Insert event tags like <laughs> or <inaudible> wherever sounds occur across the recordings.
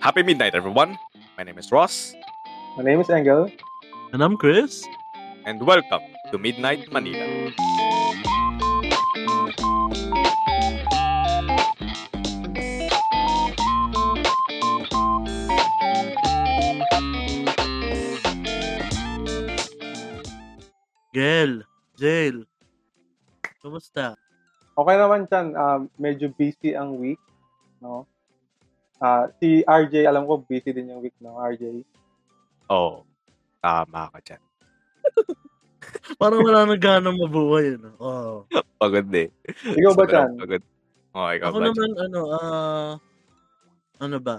Happy midnight, everyone. My name is Ross, My name is Engel. And I'm Chris. and welcome to Midnight Manila. Gel. Jail. Kumusta? Okay naman dyan, um, medyo busy ang week. No? Ah, si RJ, alam ko busy din yung week ng RJ. Oh, tama ka dyan. Parang wala nang gana mabuhay. Ano? Oh. Pagod eh. Ikaw ba Sobrang dyan? Pagod. Oh, ikaw Ako ba dyan? naman, ano, ah, ano ba?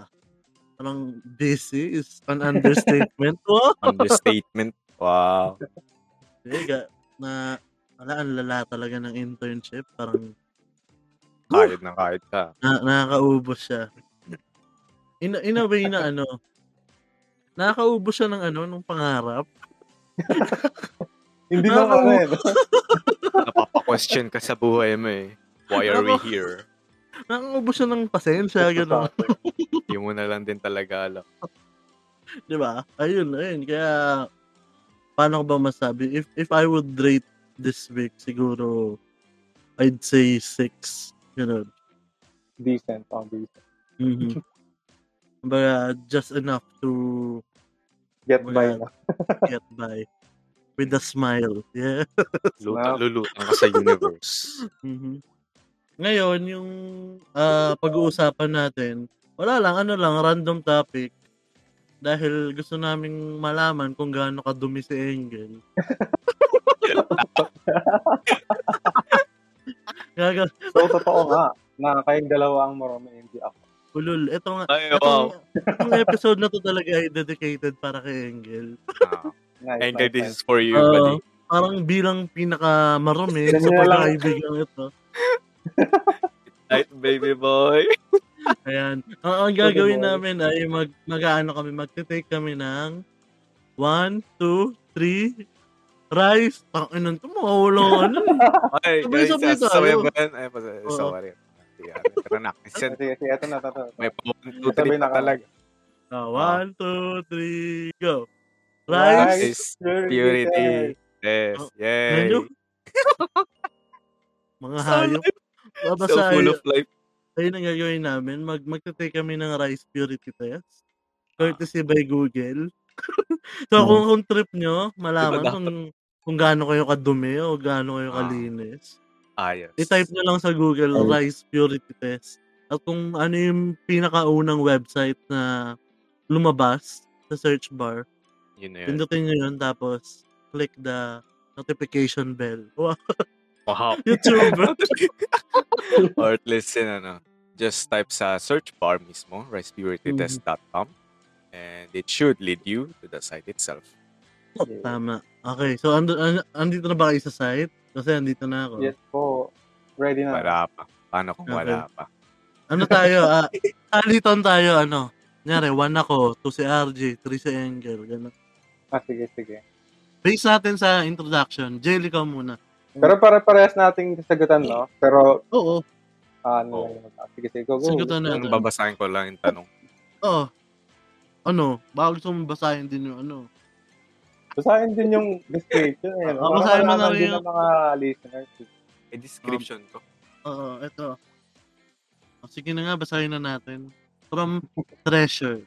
Parang busy is an understatement. Wow! Understatement. Wow. Diga, na, wala, ang lala talaga ng internship. Parang, Kahit na kahit ka. na, nakakaubos siya. In, in a way na, ano, nakakaubos siya ng, ano, ng pangarap. Hindi na Ako- ako eh. Napapa-question ka sa buhay mo eh. Why are we Ako- here? Nakakaubos siya ng pasensya, gano'n. Hindi mo na lang din talaga alam. Di ba? Ayun, ayun. Kaya, paano ko ba masabi? If, if I would rate this week, siguro, I'd say 6. Ganun. <laughs> Decent, oh, decent. Mhm. Kumbaga, just enough to Get by na. Wala. get by with a smile. Yeah. Luta, lulutang ka sa universe. Mhm. Ngayon, yung ah, pag-uusapan natin, wala lang, ano lang, random topic. Dahil gusto naming malaman kung gaano kadumi si <laughs> Engel. Gaga, So, totoo nga, na kayong dalawa ang marami, hindi ako. ulul. Ito nga, Ay, itong, wow. itong episode na to talaga ay dedicated para kay Engel. Ah, Nice, Angel, nice, this nice. is for you, Oo. buddy. Parang bilang pinaka marumi sa Ganyan lang. pagkakaibigan ito. Night, baby boy. Ayan. Ang, ang gagawin Pokemon. namin ay mag, mag-ano kami, magte-take kami ng 1, 2, 3, rice. Tang inan to, <laughs> mawawala ano. ka na. Ay, guys, Sabay-sabay sasabay tayo. mo yan. Ay, pas- Oo. sorry. Yeah, Pero nakisen. Sige, sige, eto na, eto na. May one, two, Sabay three na pa kami. talaga. Ah, 1, 2, 3, go. Rice, Rice. Guys, purity. purity. Yes, yay. Oh, Medyo- <laughs> Mga hayop. Tapos So ay, full of life. ayun ang gagawin namin. Mag, magte-take kami ng rice purity test. Ah. Courtesy by Google. <laughs> so Mhm. kung, kung trip nyo, malaman Hmm. dapat? kung, kung gaano kayo kadumi o gaano kayo Ah. kalinis. Ayos. I-type nyo lang sa Google, Ayun. Rice Purity Test. At kung ano yung pinakaunang website na lumabas sa search bar, Yun na yun. pindutin nyo yun, tapos click the notification bell. Wow, <laughs> Wow. YouTuber! <laughs> Or at least yun, ano, just type sa search bar mismo, ricepuritytest.com and it should lead you to the site itself. Tama. Okay, so and, andito na ba kayo sa site? Kasi andito na ako. Yes po. Ready na. Wala pa. Paano kung wala pa? Ano tayo? ah, alitan tayo, ano? Kunyari, one ako, two si RJ, three si Engel, gano'n. Ah, sige, sige. Base natin sa introduction, Jelly ka muna. Pero pare-parehas nating sagutan, no? Pero, Oo, ah, ano Oo. lang yun. Ah, Sige, sige, go, go. sagutan Kung natin. babasahin ko lang yung tanong. Oo. Ano? Baka oh gusto mong basahin din yung ano. Basahin din yung description eh. Ah, basahin mo na malaman rin din yun. ng mga listeners. Eh, description ko. Oo, eto. O, sige na nga, basahin na natin. From Treasure.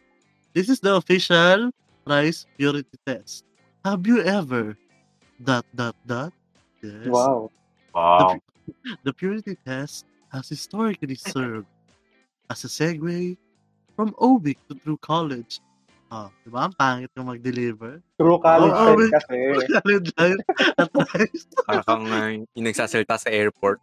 This is the official rice purity test. Have you ever... Dot, dot, dot. Yes. Wow. Oh. Wow. The purity test has historically served as a segue from OBIC to through college. Oh, di ba? Ang pangit yung mag-deliver. True college Oo, time wait. kasi. Oh, <laughs> College life at rice. Para kang uh, yung nagsasalita sa airport.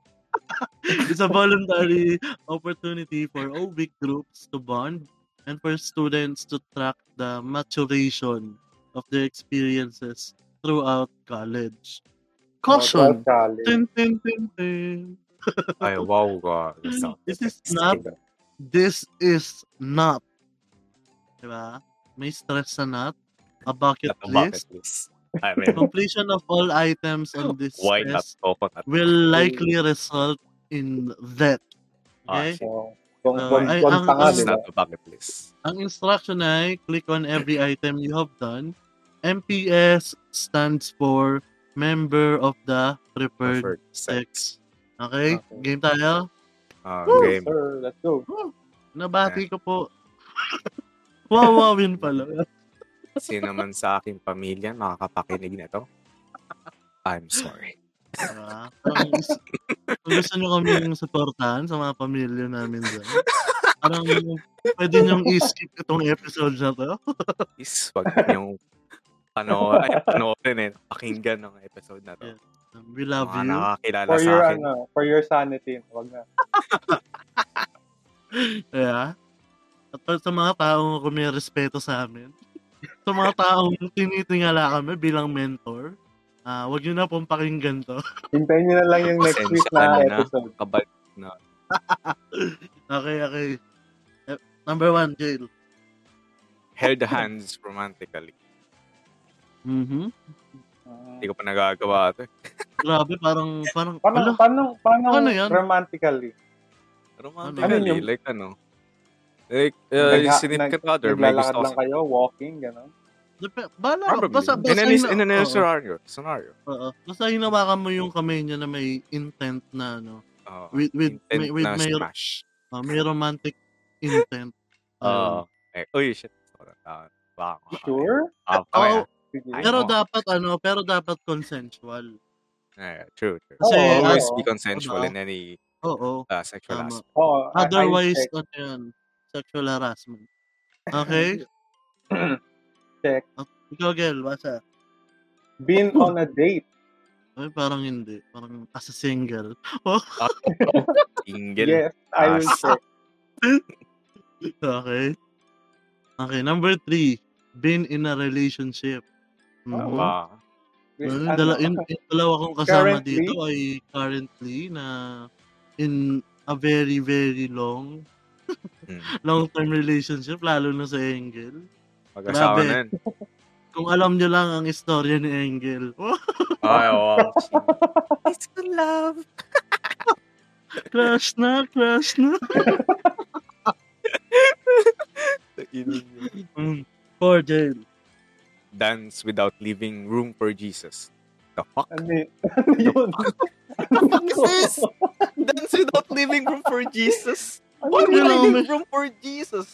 It's a voluntary opportunity for OBIC groups to bond and for students to track the maturation of their experiences throughout college. True Caution! college. Tin, tin, tin, tin. Ay, wow. God. This is not, this is not. Diba? May stress sa not. A bucket At ang bucket list. list. I <laughs> mean, Completion of all items on this why not test coconut? will likely result in that. Ah, Okay? So, Kung Ah, buwan ay, buwan ang- pa nga, ang- It's diba? not a bucket list. Ang instruction ay click on every item you have done. MPS stands for Member of the Preferred Preferred sex. Sex. Okay? Okay. Game tayo? Ah, Woo, game. Sir, let's go. Nabati ko po. <laughs> Wawawin pala. Sino man sa aking pamilya nakakapakinig na to? I'm sorry. Diba? Parang is- Kung gusto nyo kaming supportahan sa mga pamilya namin dyan, parang pwede nyo i-skip itong episode na to. Please, wag niyong pano <laughs> ay, panoorin eh. Pakinggan ng episode na to. We love Mga you. nakakilala For sa your, akin. ano, for your sanity. Wag na. Yeah. At pa- sa mga taong kumirespeto sa amin, sa mga taong tinitingala kami bilang mentor, ah wag nyo na pong pakinggan to. <laughs> Hintayin nyo na lang yung next week Pasensya na na na. episode. Kabal okay, okay. Eh, Number one, Jail. held hands romantically. Mhm. Ah. Hindi ko pa nagagawa ito. eh. Grabe, parang, parang, Paano, ala, paano, paano, Paano Ano yan? romantically? Romantically, Ano yun? like ano. Like, uh, Nagha- significant other, may Naglalakad gusto lang ko. kayo, walking, gano'n? dep- bala, Probably. basta, basta, in any, hina- in any oo, scenario. scenario. oo. basta hinawakan mo yung kamay niya na may intent na, ano, Uh, With- with- intent may- with na may- smash. ah, may romantic intent. <laughs> Oo. Ayun. eh, uy, shit. Ah, baka ako. Sure? Ah, Oo, okay, Sige. Ay, pero oo. dapat, ano, pero dapat consensual. ah. Eh, true, true. Kasi, Oo, Always oo. be consensual Diba? in any Oo. uh, sexual Tama. aspect. Oo, I- I Otherwise, check. ano yan? Sexual harassment. Okay? <laughs> Check. Ikaw, girl, basa. Been on a date. Ay, parang hindi. Parang as a single. <laughs> Single. Yes, I will Ah. check. Okay? Okay, number three. Been in a relationship. Ah, Mhm. Wow. Well, Ano? dala, in, in dalawa kong Currently? kasama dito ay currently na in a very, very long, Hmm. <laughs> long-term relationship, lalo na sa Engel. Mag-asawa Grabe. na yun. Kung alam nyo lang ang istorya ni Engel. <laughs> Ay, wow. It's the love. crush na, crush na. Mm. For jail. Dance without leaving room for Jesus. The fuck? Ano y- ano yun? <laughs> The fuck is this? Dance without leaving room for Jesus. Ano Why would I yun? Grabe. leave room for Jesus?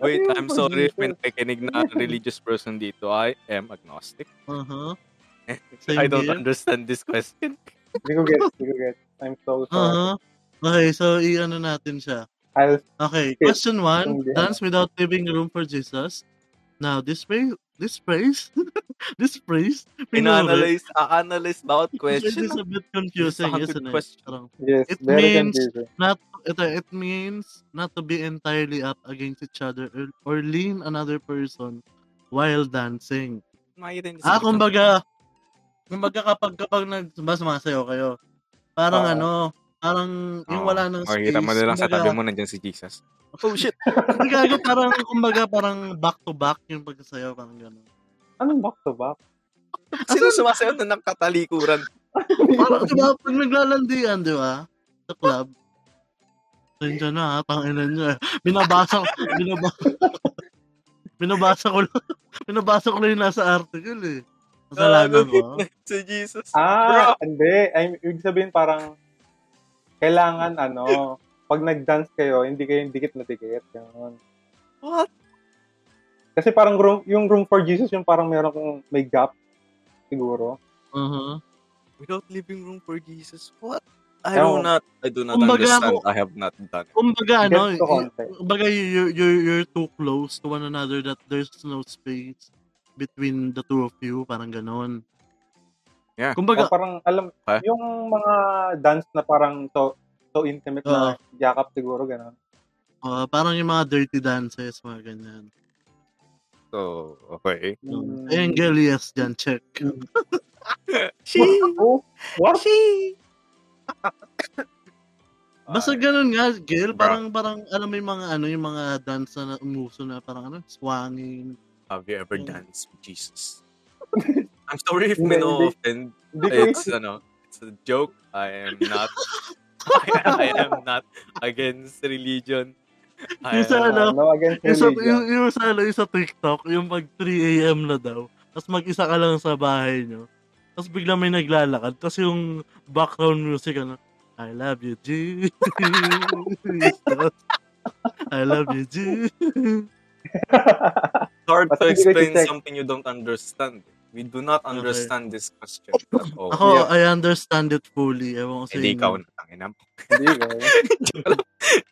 Wait, Ano yun, I'm sorry if Jesus? may nakikinig na religious person dito. I am agnostic. Uh-huh. Eh, I don't here. understand this question. Hindi ko get, hindi ko get. I'm so sorry. Uh-huh. Okay, so i-ano natin siya. I'll, Okay, Okay. question one, Hindi, dance without leaving room for Jesus. Now, this phrase, this phrase, <laughs> this phrase, pinuri, Ina-analyze, a-analyze bawat it question. is a bit confusing, It's a isn't it? question. Parang, yes, It very means- confusing. not, it, it means not to be entirely up against each other or, or lean another person while dancing. Mahirin Ah, kumbaga, kumbaga kapag kapag nagsumasayaw kayo, parang Oo. ano, parang yung wala nang space. Makikita mo na lang sa kumbaga- tabi mo, nandiyan si Jesus. Oh, shit. <laughs> Kumbaga, ano, parang, kumbaga, parang back to back yung pagsasayaw, parang gano'n. Anong back to back? Sino sumasayaw na ng katalikuran? <laughs> Parang, di ba, pag naglalandian, di ba, sa club, Nandiyan na ha, tanginan nyo eh. Binabasa ko, binabasa, <laughs> binabasa ko lang, binabasa ko lang yung nasa article eh. <laughs> Kasalanan ko. <laughs> si Jesus. Ah, hindi. I'm, ibig sabihin parang kailangan ano, pag nag-dance kayo, hindi kayo dikit na dikit. Ganun. What? Kasi parang room, yung room for Jesus, yung parang meron kung may gap siguro. Uh-huh. Without leaving room for Jesus. What? I do Ewan ko. not, I do not Kumbaga understand. ako- I have not done it. Kumbaga, ano, Gets to context. Kumbaga, you, you, you're, you're too close to one another that there's no space between the two of you. Parang ganon. Yeah. O Kumbaga, Oh, parang, alam, Ha? yung mga dance na parang so, so intimate na yakap siguro, gano'n. uh, parang yung mga dirty dances, mga ganyan. So, okay. Hmm. Mm. Angel, yes, dyan, check. She! Oh, <laughs> what? She! Basta ganun nga, Gil, Bra. parang, parang, alam mo yung mga, ano, yung mga dance na na- umuso na, parang, ano, swanging. Have you ever danced with Jesus? <laughs> I'm sorry if may Hindi, hindi. no-offend. Hindi ko It's, ano, it's a <laughs> joke. I am not, I, I am not against religion. Ayan. sa- Ano? Ah, no against Yung sa, religion. yung, yung sa, ano, yung sa TikTok, yung pag 3 a.m. na daw, tapos mag-isa ka lang sa bahay nyo, tapos bigla may naglalakad, tapos yung background music, ano, I love you, Jesus. <laughs> I love you, Jesus. hard to Pati hindi ko explain check. something you don't understand. We do not understand this <laughs> question at all. Ako, Yeah. I understand it fully. Ewan ko sa Hindi inyo. ikaw na tanginam. Hindi ba? Joke lang.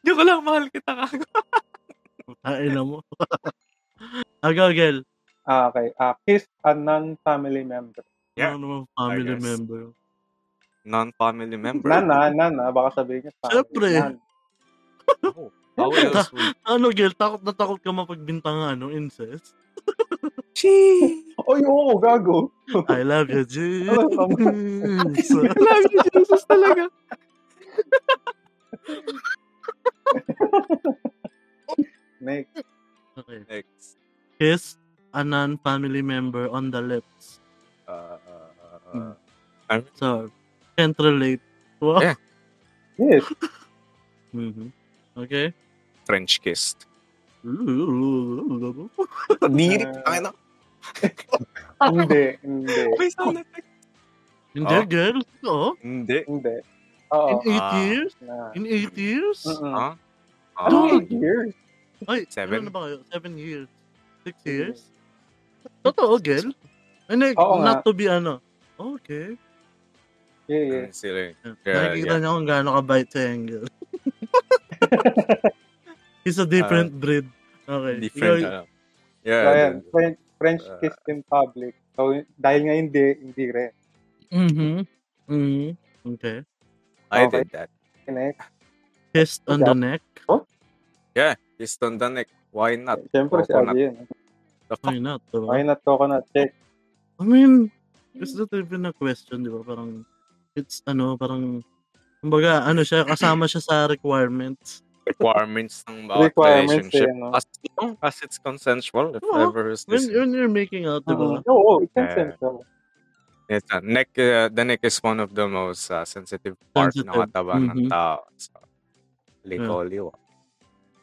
Joke lang, mahal kita ka. <laughs> Ay, na mo. <laughs> Agaw, girl. Ah, okay. Ah, kiss a non-family member. Yeah. Ano naman I family guess. member? Non-family member. Nana, nana. Baka sabihin niya family. Siyempre. Nan. Oh, how <laughs> else would... Ano, girl? Takot na takot ka mapagbintangan, no? Incest? She... Oy, oo, gago. I love <laughs> you, Jesus. Ano, <laughs> Love you, Jesus <laughs> talaga. Next. okay. Next. Kiss a non-family member on the lips. Uh, uh, Hmm. uh, So, can't relate. Wow. Yeah. Yes. Mhm. Okay. <laughs> French kissed. Ooh. Kadiri, Ah. tangina. hindi, hindi, May sound effect. Hindi, Oh. girl. Oo. Hindi. hindi. Oo. In eight Ah. years? Na. In mm-hmm. eight years? Mm-mm. Huh? Ah, Ano Dude. eight years? Ay, Seven? Mm-hmm. ano na ba kayo? Seven years. Six Seven years? Totoo, girl? Ano, Oo not to be ano. Okay. Yeah, yeah. ano sila eh. Yeah, Nakikita yeah. niya kung gaano kabait si <laughs> Engel. He's a different breed. Okay. Ah. Different. ah. Ikaw- ano. So, Yeah. ayan, French, French Ah. kiss in public. So, dahil nga hindi, hindi rin. Mm-hmm. Mm-hmm. Okay. I Okay. did that. Next. Kissed on the neck. Kissed on the neck. Why not? Siyempre, si Coconut. Abby yun. eh. The fuck? Why not, diba? Why not coconut check? I mean, it's not even a question, di ba? Parang, it's ano, parang, kumbaga, ano siya, kasama siya sa requirements. Requirements ng bawat Requirements relationship. eh, no? As long as it's consensual, if Oo. ever is When, this. when Uh-huh. you're making out, di ba? Oo, oo, it's Yeah. consensual. Yes, uh, neck, uh, the neck is one of the most uh, sensitive part ng Sensitive. katawan ng Mhm. tao. So, legally,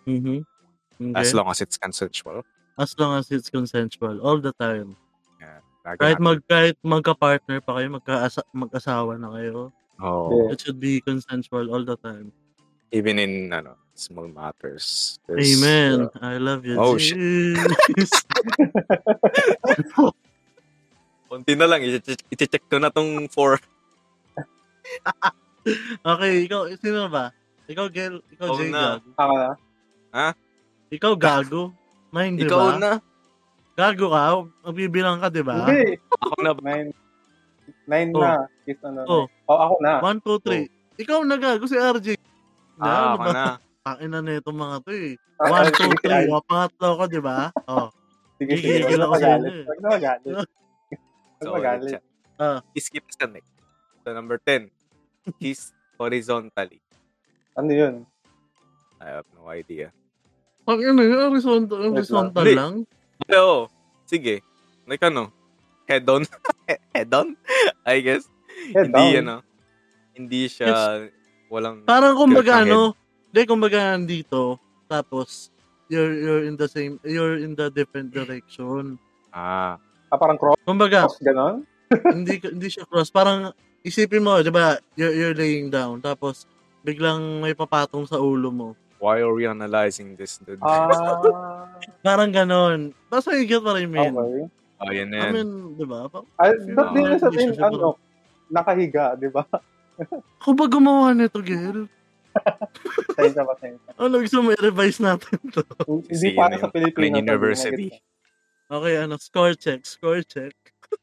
Mm-hmm. Okay. as long as it's consensual. As long as it's consensual, all the time. Lagi Kahit, natin- mag, kahit magka-partner pa kayo, magka-asa, mag-asawa na kayo, Oo. Yeah. it should be consensual all the time. even in ano, small matters. there's, Amen. uh, I love you, Oh, shit. Jesus. Konti na lang, i-check i-check ko na tong four. <laughs> okay, ikaw, sino ba? Ikaw, girl, ikaw, Ikaw Jay, na. gago. Ako na. Ikaw, gago. Mine, di Ikaw ba? na. Gago ka, magbibilang ka, di ba? Hindi. Ako na ba? Nine. Nine Diba? Oh. na. Kiss on the Oh. neck. Oh, ako na. One, two, three. Oh. Ikaw na gago si RJ. Ah, ako na. Pakin na nito mga to eh. Ah, One, ah, two, sige, three. ah, O, pangatlo ko, di <laughs> ba? Oh. Sige, sige. Huwag Gigigil na ako sa magalit. inyo eh. Huwag na magalit. Huwag So, magalit. let's check. Ah. Skip sa neck. So, number 10. Kiss horizontally. Ano yun? I have no idea. Pakin na yun, ano, horizontal, horizontal Hindi. lang. Pero, sige. Like ano? Head on? <laughs> head on? I guess. Head hindi, down. ano? Hindi siya, walang, Parang kumbaga Kirkang ano, hindi, kumbaga dito, tapos, you're, you're in the same, you're in the different direction. ah, Ah, parang cross, <laughs> Kumbaga, ganon? hindi hindi siya cross. Parang isipin mo, 'di ba? You're, you're laying down tapos biglang may papatong sa ulo mo. why are we analyzing this? dude? Ah, Parang ganon. Basta you get what I mean. okay. oh, yan I na yan. mean, 'di ba? Pa- Ah, Yun ba't na. di nyo sabihin, Relationship ano, nakahiga, di ba? <laughs> Ako ba gumawa nito, girl? Pasensya, pasensya. Ano gusto mo i-revise natin to? <laughs> Hindi Kasi yun para na sa yung Pilipinas. Aklan sabi niya, University. ganito. Okay, ano, score check, score check.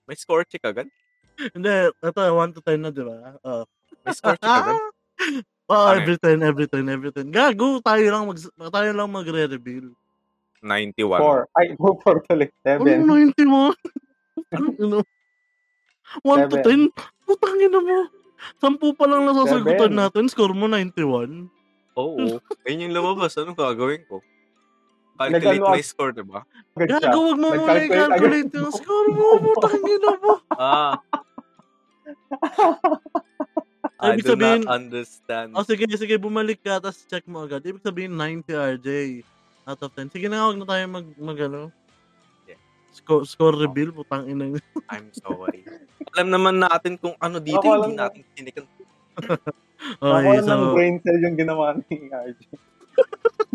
May score check agad? Hindi, ito, 1 to 10 na, di ba? Ah, Oo. May score check <laughs> agad? Oo, Ano yun? Ah, every 10, every 10, every 10. Gago, tayo lang, mag, tayo lang magre-reveal. 91. Four. Ay, <laughs> go for tuloy. Seven. Ano 90 mo? Ano, <laughs> ano? 1 to Seven. 10? Putang ina mo. Sampu pa lang nasasagutan Seven. natin, score mo 91. Oo. Ayun yung lumabas. Anong gagawin ko? Calculate Nag-ano na ako- yung score, diba? Agad siya. <laughs> Gago, wag mo muna Nag-calculate i-calculate yung score mo. Putang ina mo. Ah. Ibig I do sabihin- not understand. Oh, sige, sige, bumalik ka, tapos check mo agad. Ibig sabihin, 90 RJ out of 10. Sige na, huwag na tayo mag, mag ano. Yeah. Score, score reveal, putang ina. I'm sorry. Alam naman natin kung ano dito, Ako hindi alam natin tinikan. Ako Okay, lang ng so, brain cell yung ginawa ni RJ.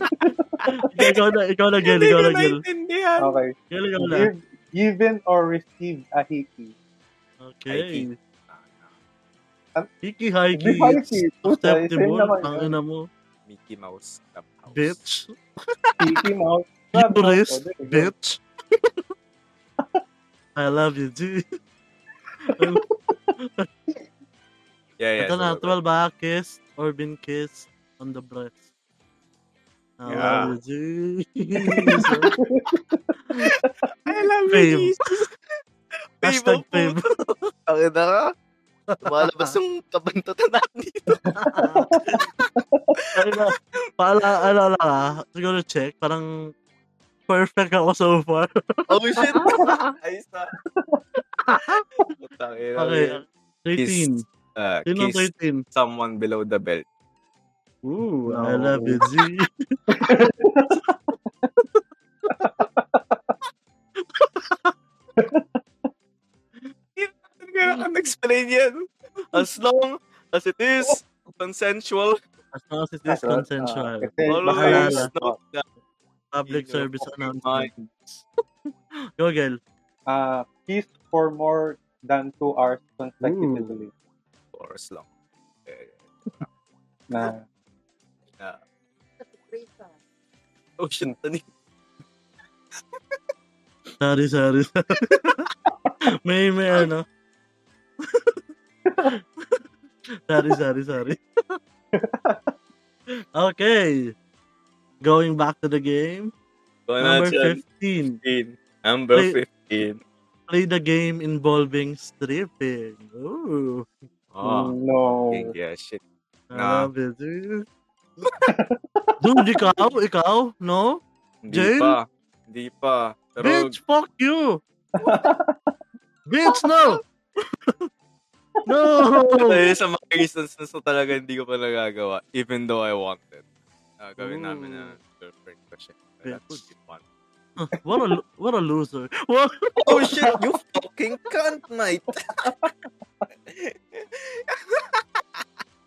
<laughs> ikaw na, ikaw na, Gil, ikaw na, Gil. naintindihan. Ano Okay. Gil, ikaw na. Give, given or received a hickey. Okay. Ah, Di Hiki, hiki, ba hickey? Puta, same acceptable, naman. ang yun. ina mo, Mickey Mouse Clubhouse. bitch. Hickey mouth. Uterus, There you go. bitch. <laughs> I love you, G. Yeah, yeah. Ito na, so, well, 12 ba? Kiss or been kissed on the breast? I Yeah. love you, G. <laughs> I love Fave. you, oh, Hashtag fave. <laughs> Ang ina ka. Lumalabas yung kabantatan natin <laughs> dito. Ayun na. Paala, alala ka, siguro check, parang perfect ako so <laughs> far. Oh, shit. Ayos na. Putang ina. Okay, 13. Kiss. Uh, Sino ang kiss 13? someone below the belt. Ooh, No. I love you, G. Ang explain yan. As long as it is consensual, As long as it <laughs> is Ah, consensual. kasi ano, always bakalala. note that Public you service know, announcement. Go, girl. Ah, kiss for more than two hours consecutively. Or as long. Eh, Na, na- Oh, shit. Ano Tani. Sorry, sorry. <laughs> sorry. may, may ano. sorry, sorry, <laughs> sorry. okay. Going back to the game. Go na, Number Chen. 15. 15. Number Wait. 15. Play the game involving stripping. Ooh. Oh, Mm, no. okay, yeah, shit. I Nah. love it. dude. <laughs> Dude, ikaw? Ikaw? No? Hindi Jail? pa. Hindi pa. Pero Bitch, fuck you! Bitch, no! <laughs> <laughs> no! Ayos sa mga instances na talaga hindi ko pa nagagawa. Even though I wanted. Uh, gawin namin na girlfriend ko siya. But That Bitch. would be fun. Huh, what a lo- what a loser. What? Oh, shit. You fucking cunt, mate.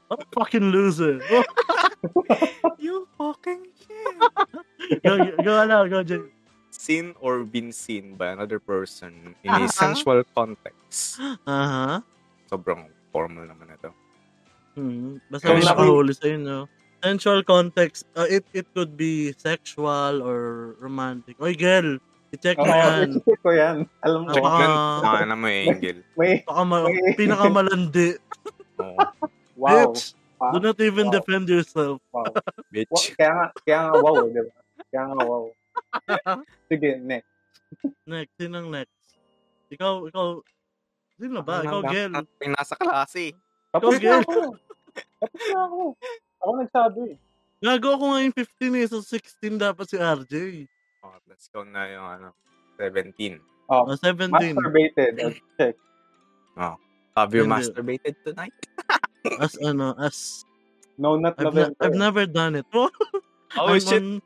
What a fucking loser. What? You fucking shit. go, go, go now, go, Jay. Seen or been seen by another person in a Uh-huh. sensual context. Uh-huh. Sobrang formal naman ito. Hmm. Basta Kami may na- nakahuli sa inyo. Sensual context, uh, it it could be sexual or romantic. Oy, girl, i-check mo Oo, yan. isip ko yan. Alam ko. Baka, Ah, ano mo yung angle? Oh, May, baka ma- Okay. <laughs> pinakamalandi. Oo. wow. Bitch, Wow. do not even Wow. defend yourself. wow. Wa- Bitch. Kaya nga, kaya nga wow, eh, di ba? Kaya nga wow. Sige, next. Next, sinang next? Ikaw, ikaw, sino Ano ba? Ikaw, Ang girl. dapat Yung nasa klase. Tapos Go, na ako. Tapos na ako. Ako nagsabi. Gago ako ngayon 15 eh, so 16 dapat si RJ. Oh, let's go na yung ano, 17. Oh, O, 17. masturbated. Check. Have you Hindi. masturbated tonight? As ano, as No, not I've, ne- November. I've never done it. <laughs> Oh, Oh, I'm shit. on-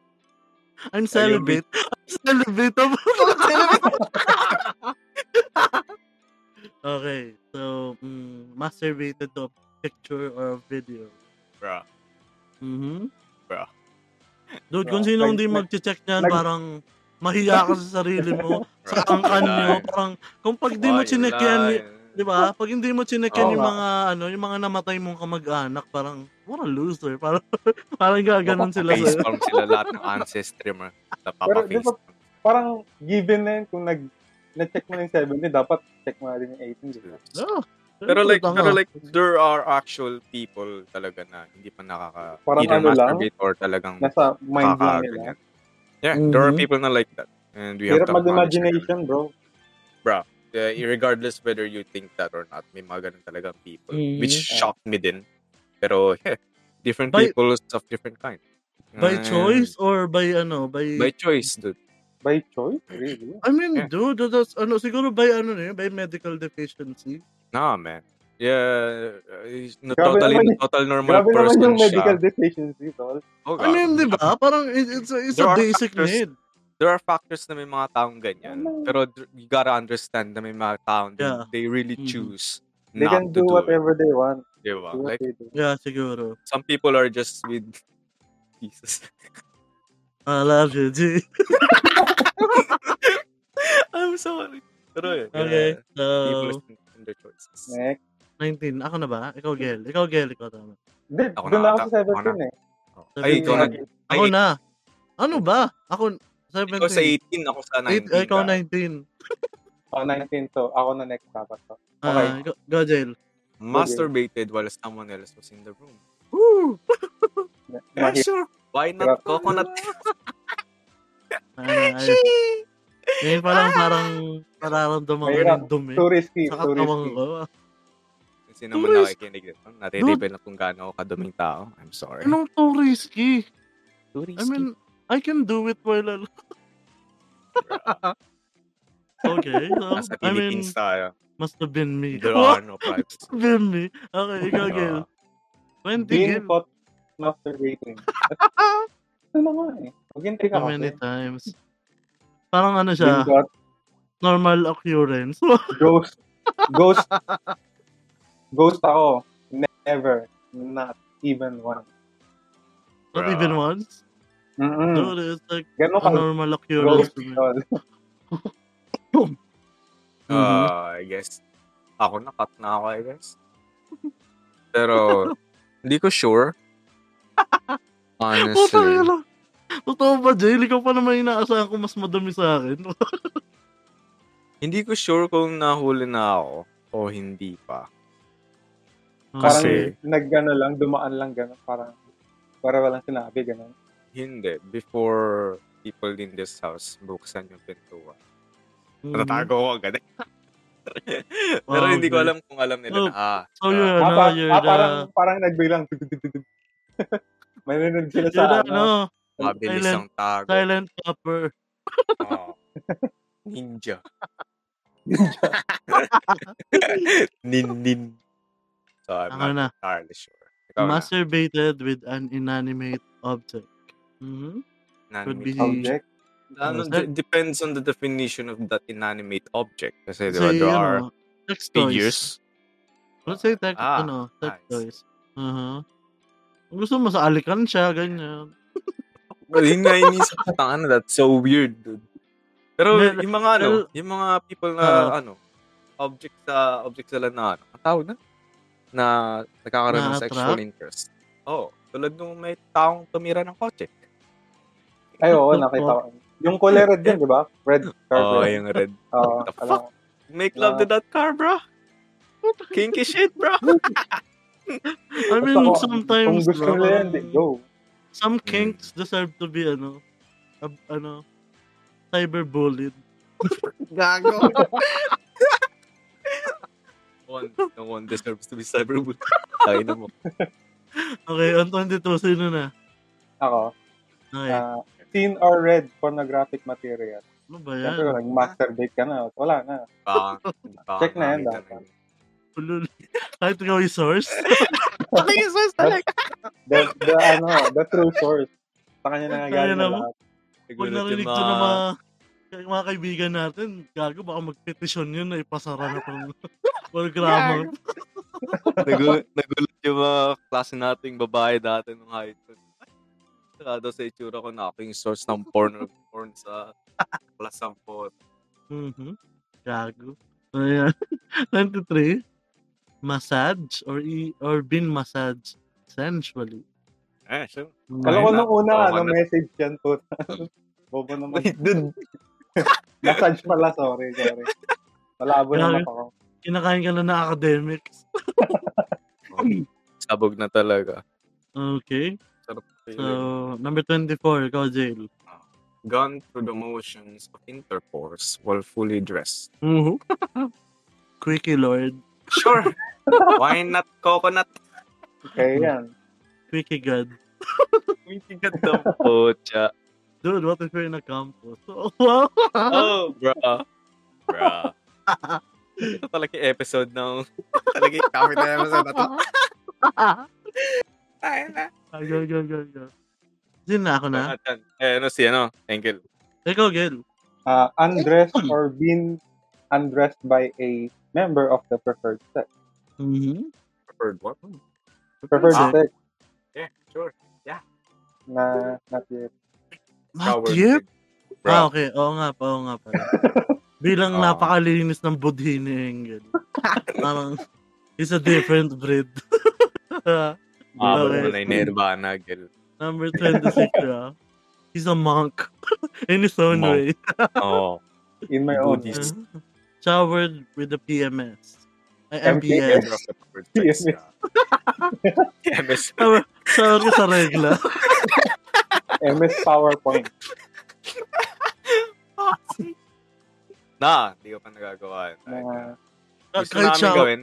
I'm celibate. <laughs> I'm celibate. <laughs> Oh, <laughs> okay, so mm, masturbated to a picture or a video. Bruh. Mm-hmm. Bruh. Dude, Bruh. kung sino hindi Nag- mag-check niyan, nag- parang mahiya ka sa sarili <laughs> mo. sa Bruh. angkan Wala nyo. yun. Parang, kung pag di mo Wala chinek yan, yun. Di ba? Pag hindi mo Oo chinekan yung nga. mga ano, yung mga namatay mong kamag-anak, parang what a loser. Parang <laughs> parang gaganon sila Face sa. palm sila lahat ng ancestry mo. Pero di Napapa-face ba- Parang given na yun, kung nag, na-check mo na yung 70, dapat check mo na rin yung 18. di ba? Oh, Pero like, tanga. pero like, there are actual people talaga na hindi pa nakaka, Parang either ano lang? masturbate or talagang Nasa mind lang nila. nakakaganyan. Yeah, there are Mhm. people na like that. And we Hirap have to acknowledge it. mag-imagination, bro. Yeah, regardless whether you think that or not, may mga ganun talaga people. Mhm. Which shocked me din. Pero, yeah, different By- people of different kind. by And choice or by ano, by, Mm. By choice, dude. By choice, really? I mean, Yeah. dude, that's ano siguro by ano na yun, by medical deficiency. Nah, man. Yeah, uh, no, Grabe totally, naman yung- total normal Grabe naman person yung medical siya. deficiency, tol. Oh, I mean, di ba? Parang it- it's a, it's a There are basic factors. need. there are factors na may mga taong ganyan. Ano? Pero dr- you gotta understand na may mga taong din, Yeah. they really Mhm. choose They not can to do do it. whatever they want. di ba? Do what Like, they do. Yeah, siguro. some people are just with <laughs> Jesus. <laughs> I Ah, love you, G. I'm sorry. Pero yun, Okay, <laughs> uh, yeah, people so, is in, in their choices. Next. 19. Ako na ba? Ikaw, Gel. Ikaw, Gel. Ikaw, tama. Hindi, Ako doon na ako ata. sa Ako na. 17 eh. Oh. Ay, ikaw na. Seventeen. Ako Ay, na. Ano ba? Ako, 17. Ikaw sa 18, ako sa 19. Eight, eh. ikaw ka. 19. Ako 19 to. Ako na next dapat to. Okay. Ah, go, go, Jail. Masturbated while someone else was in the room. Ne- Yeah, Mahirap. sure. Why Grabe. not coconut? Ay, ay. Ah, Ngayon pa lang parang nararamdaman ko Mahirap. ng dumi. Too risky. Sa Too katawan risky. ko. Kasi naman Tourist. nakikinig nito. Nare-reveal na kung gaano ako kaduming tao. I'm sorry. Anong too risky? Tourist. I mean, I can do it while alone. <laughs> okay. So, Nasa I mean, Philippines tayo. must have been me. <laughs> There What? are no Uh, privacy. Must have been me. Okay, ikaw, Yeah. Gil. Being 20, Gil. caught masturbating. Ano na nga eh. Maghintay ka How kasi. many times? Parang ano Being siya, caught normal occurrence. <laughs> Ghost. Ghost. ghost ako. Never. Not even one. Not Bruh. even once. Mm-mm. Dude, it's like Ganun a ka. normal occurrence Ghost. to me. tol. Uh, Mhm. Ah, I guess. Ako na, cut na ako, I guess. <laughs> Pero, hindi ko sure. Puta ka Honestly. lang. Totoo ba, Jail? Ikaw pa naman inaasahan ko mas madami sa akin. <laughs> hindi ko sure kung nahuli na ako o hindi pa. Parang Kasi- naggano lang, dumaan lang gano'n. Parang, para walang sinabi, gano'n. Hindi. Before people in this house buksan yung pintuan. Mm. Mhm. Natatago ko agad. <laughs> eh. Pero Wow, hindi ko Oh, okay. Oh, alam kung alam nila na, ah, So yun, Ah, ano, pa- you're ah, the... parang, parang nagbilang. <laughs> Dug-dug-dug-dug. May nanonood sila You're the, sa ano, ano. mabilis silent- ang tago. silent copper. <laughs> Oo. Ninja. nin, nin. So, I'm Ako not Ano na. entirely sure. Ikaw na. Masturbated with an inanimate object. Mhm. could Inanimate be- object. Object. Ano, Sir- d- depends on the definition of that inanimate object. Kasi, di ba, Say, there ano, are sex toys. figures. Let's say, tech, Ah, ano, sex nice. toys. Uh-huh. Kung Gusto mo, sa alikan siya, ganyan. Well, yun nga inisip ko, tanga na, ano, that's so weird, dude. Pero Well, yung mga ano, well, yung mga people na ah. ano, object sa object sila na ano, ang tawag na na nagkakaroon ng sexual Na-attract? interest. Oh, tulad nung may taong tumira ng kotse. Ay, oo, nakita <laughs> ko. Yung kulay red yun, di ba? Red Oh, carpet. yung red. Uh-huh. Oo, What the alam ko. <laughs> Make love to that car, bro. Kinky shit, <laughs> bro. I Basta mean, kung- sometimes, Kung gusto bro, nila yan, parang di- go. some Mm. kinks deserve to be, ano, ab- ano, cyberbullied. Gago. <laughs> One, no one deserves to be cyberbullied. Tayo na mo. Okay, on 22, sino na? Ako. Okay, Uh, seen or read pornographic material. ano ba yan? Siyempre, nag-masturbate ka na. Wala na. Baka, hindi pa Check na yan, nakakita dapat. ng- Ulul. Kahit ikaw yung source. Ako yung source talaga. The, the, ano, the true source. Sa kanya nangyayari Ayun na na. lahat. Pag Nagulat yung narinig to <laughs> ng mga, kay- mga kaibigan natin, gago, baka magpetisyon yun na ipasara na pang <laughs> programa. <laughs> Nagulat, nagulat yung mga klase nating babae dati nung high school. Saka daw sa itsura ko na ako yung source ng porn porn sa plus ang porn. Mhm. Gago. Ayan. <laughs> 23. Massage or e- or been massaged sensually. Eh, sure. Ayun Alam ko na. nung una, Oo, ano, ano. message yan po. Bobo naman. <laughs> Massage pala, sorry, sorry. Malabo Grabe. naman ako. Kinakain ka na ng academics. Oh, Sabog na talaga. Okay. Sarap feeling. So, number 24, ikaw, jail. Gone through the motions of intercourse while fully dressed. Mhm. Mm-hmm. <laughs> Quickie Lord. Sure. <laughs> Why not coconut? Okay, yan. Quickie God. Mitigat ng pocha. Dude, what <laughs> if you're in a campus? Oh, wow. <laughs> Oh, bra. Bra. Ito talaga yung episode ng Talaga yung cover na naman sa nato. Ay, na. Ah, Go, go, go, go. Sino na ako na? At yan. Eh, ano si ano? Engel. Ikaw, Gil. Ah, undressed Hmm. or been undressed by a member of the preferred sex. Mhm. Preferred one? Preferred Ah. sex Yeah, sure. na not yet. Coward. Matyip? Bro. Ah. Ah, okay. Oo nga pa, oo nga <laughs> pa. Bilang Oo. napakalinis ng budhi ni Engel. Parang, it's a different breed. <laughs> Mabal Okay. mo Ah, na yung Nirvana, girl. Number 26, ah. He's a monk. <laughs> In his own Monk. way. Oo. In my own. Buddhist. Yes. Uh, <laughs> showered with the PMS. MPS. Ay, MPS. Member of the preferred sex, Yes. yeah. MS. Shower shower ka sa regla. MS Eh, PowerPoint. Na, hindi ko pa nagagawa. yun. Ay, Mga Gusto Ah. Kahit namin shower. gawin.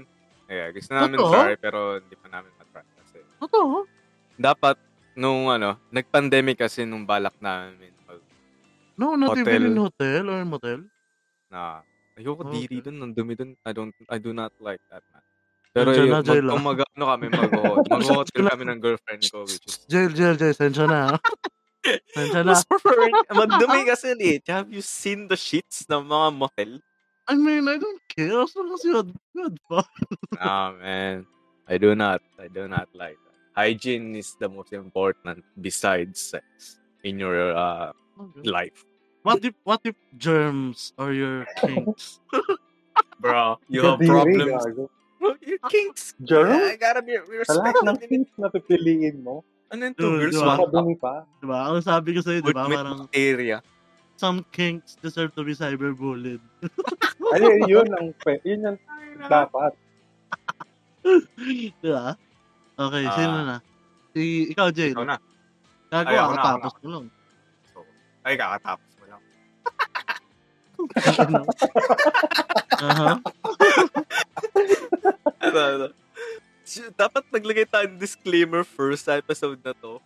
Yeah, gusto namin Totoo? try, pero hindi pa namin matry. Kasi Totoo. dapat, nung ano, nag-pandemic kasi nung balak namin mag, No, not Hotel. even in hotel or motel. na, ayoko Okay. diri dun, ang dumi dun. I don't, I do not like that, man. Pero Nandiyan na, yun, Jay mag, lang. kung mag, ano kami, mag-hotel. <laughs> Mag-hotel kami ng girlfriend ko, which <laughs> is, Jail, jail, jail. Sensya na. <laughs> ah. Sensya na. Mas preferring, <laughs> madumi kasi ulit. Have you seen the sheets ng mga motel? I mean, I don't care. As long as you had, you had fun. Ah, man. I do not. I do not like that. Hygiene is the most important besides sex in your uh, Okay. life. What if, what if germs are your kinks? Bro, <laughs> you have kadiri, problems. gago. Bro, your kinks. I Germs? gotta be ah, Sa lahat respect. ng things na pipiliin mo, And then Dude, two girls, one dude. cup makadumi pa. diba? Ang sabi ko sa'yo, with, diba? with Parang bacteria. some kinks deserve to be cyberbullied. <laughs> Ay, yun ang pe- yun ang dapat. diba? Okay, Ah. sino na? Si, ikaw, Jail. Ikaw na. Gago, Ay, ako ako na, ako tapos ko lang. <laughs> So, ay, kakatapos mo lang. Aha. <laughs> Ano, ano. Sh- Dapat naglagay tayo ng disclaimer first sa episode na to.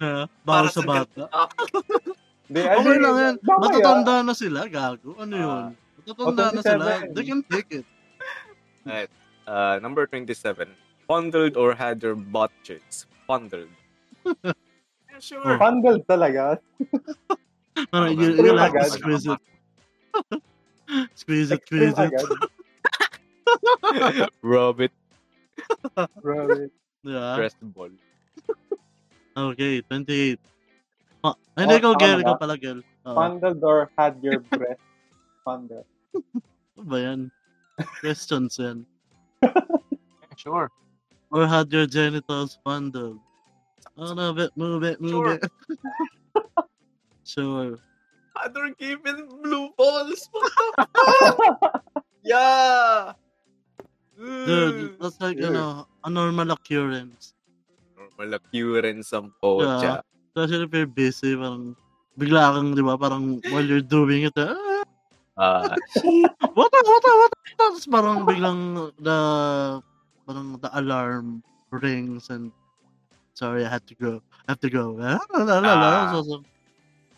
Uh, Para bawal sa bata. Ah, Di, ay, Okay di, lang yan. baka Matatanda na sila, gago. Ano Ah. yun? Matatanda na sila. 27. They can take it. Uh, number 27. Fondled or had your butt cheeks? Fondled. yeah, yan. sure. Fondled talaga. Parang you, man. you like to Agad. squeeze it. <laughs> Squeeze it, Extreme squeeze it. <laughs> agad. <laughs> Rub it, Grabe. Yeah. press the ball. Okay, 28. Ah, hindi, Oh, ikaw, tama girl. ba? Ikaw pala, Ah, girl. Oo. Fondled or had your breath fondled. Ano ba yan? Questions yan. Sure. Or had your genitals fondled? Oh, no, bit, move it, move Sure. it. <laughs> sure. Other given Ah, blue balls. What the fuck? yeah. Mm. Dude, that's like, Sure. ano, a normal occurrence. Normal occurrence ang pocha. Especially if you're busy, parang bigla kang, di ba, parang while you're doing it, ah, Ah, what the, what the, what the, tapos parang biglang the, parang the alarm rings and, sorry, I had to go, I have to go, <laughs> ah, la, la, la, la, Ah. so, so,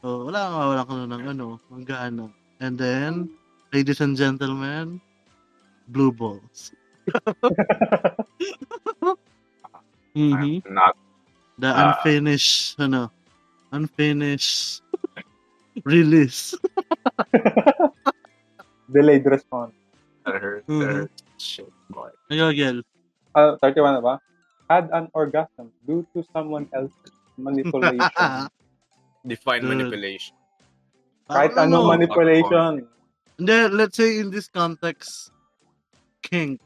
so, wala ka, wala ka na ng, ano, ng gana. And then, ladies and gentlemen, blue balls. Mhm. I'm not The Ah. unfinished, ano, unfinished <laughs> release. Delayed response. her. Mhm. Shit, boy. Ikaw, Gel. Ah, 31 na ba? Had an orgasm due to someone else's <laughs> manipulation. Define Dude. manipulation. Kahit Parang anong ano, manipulation. Hindi, let's say in this context, kink.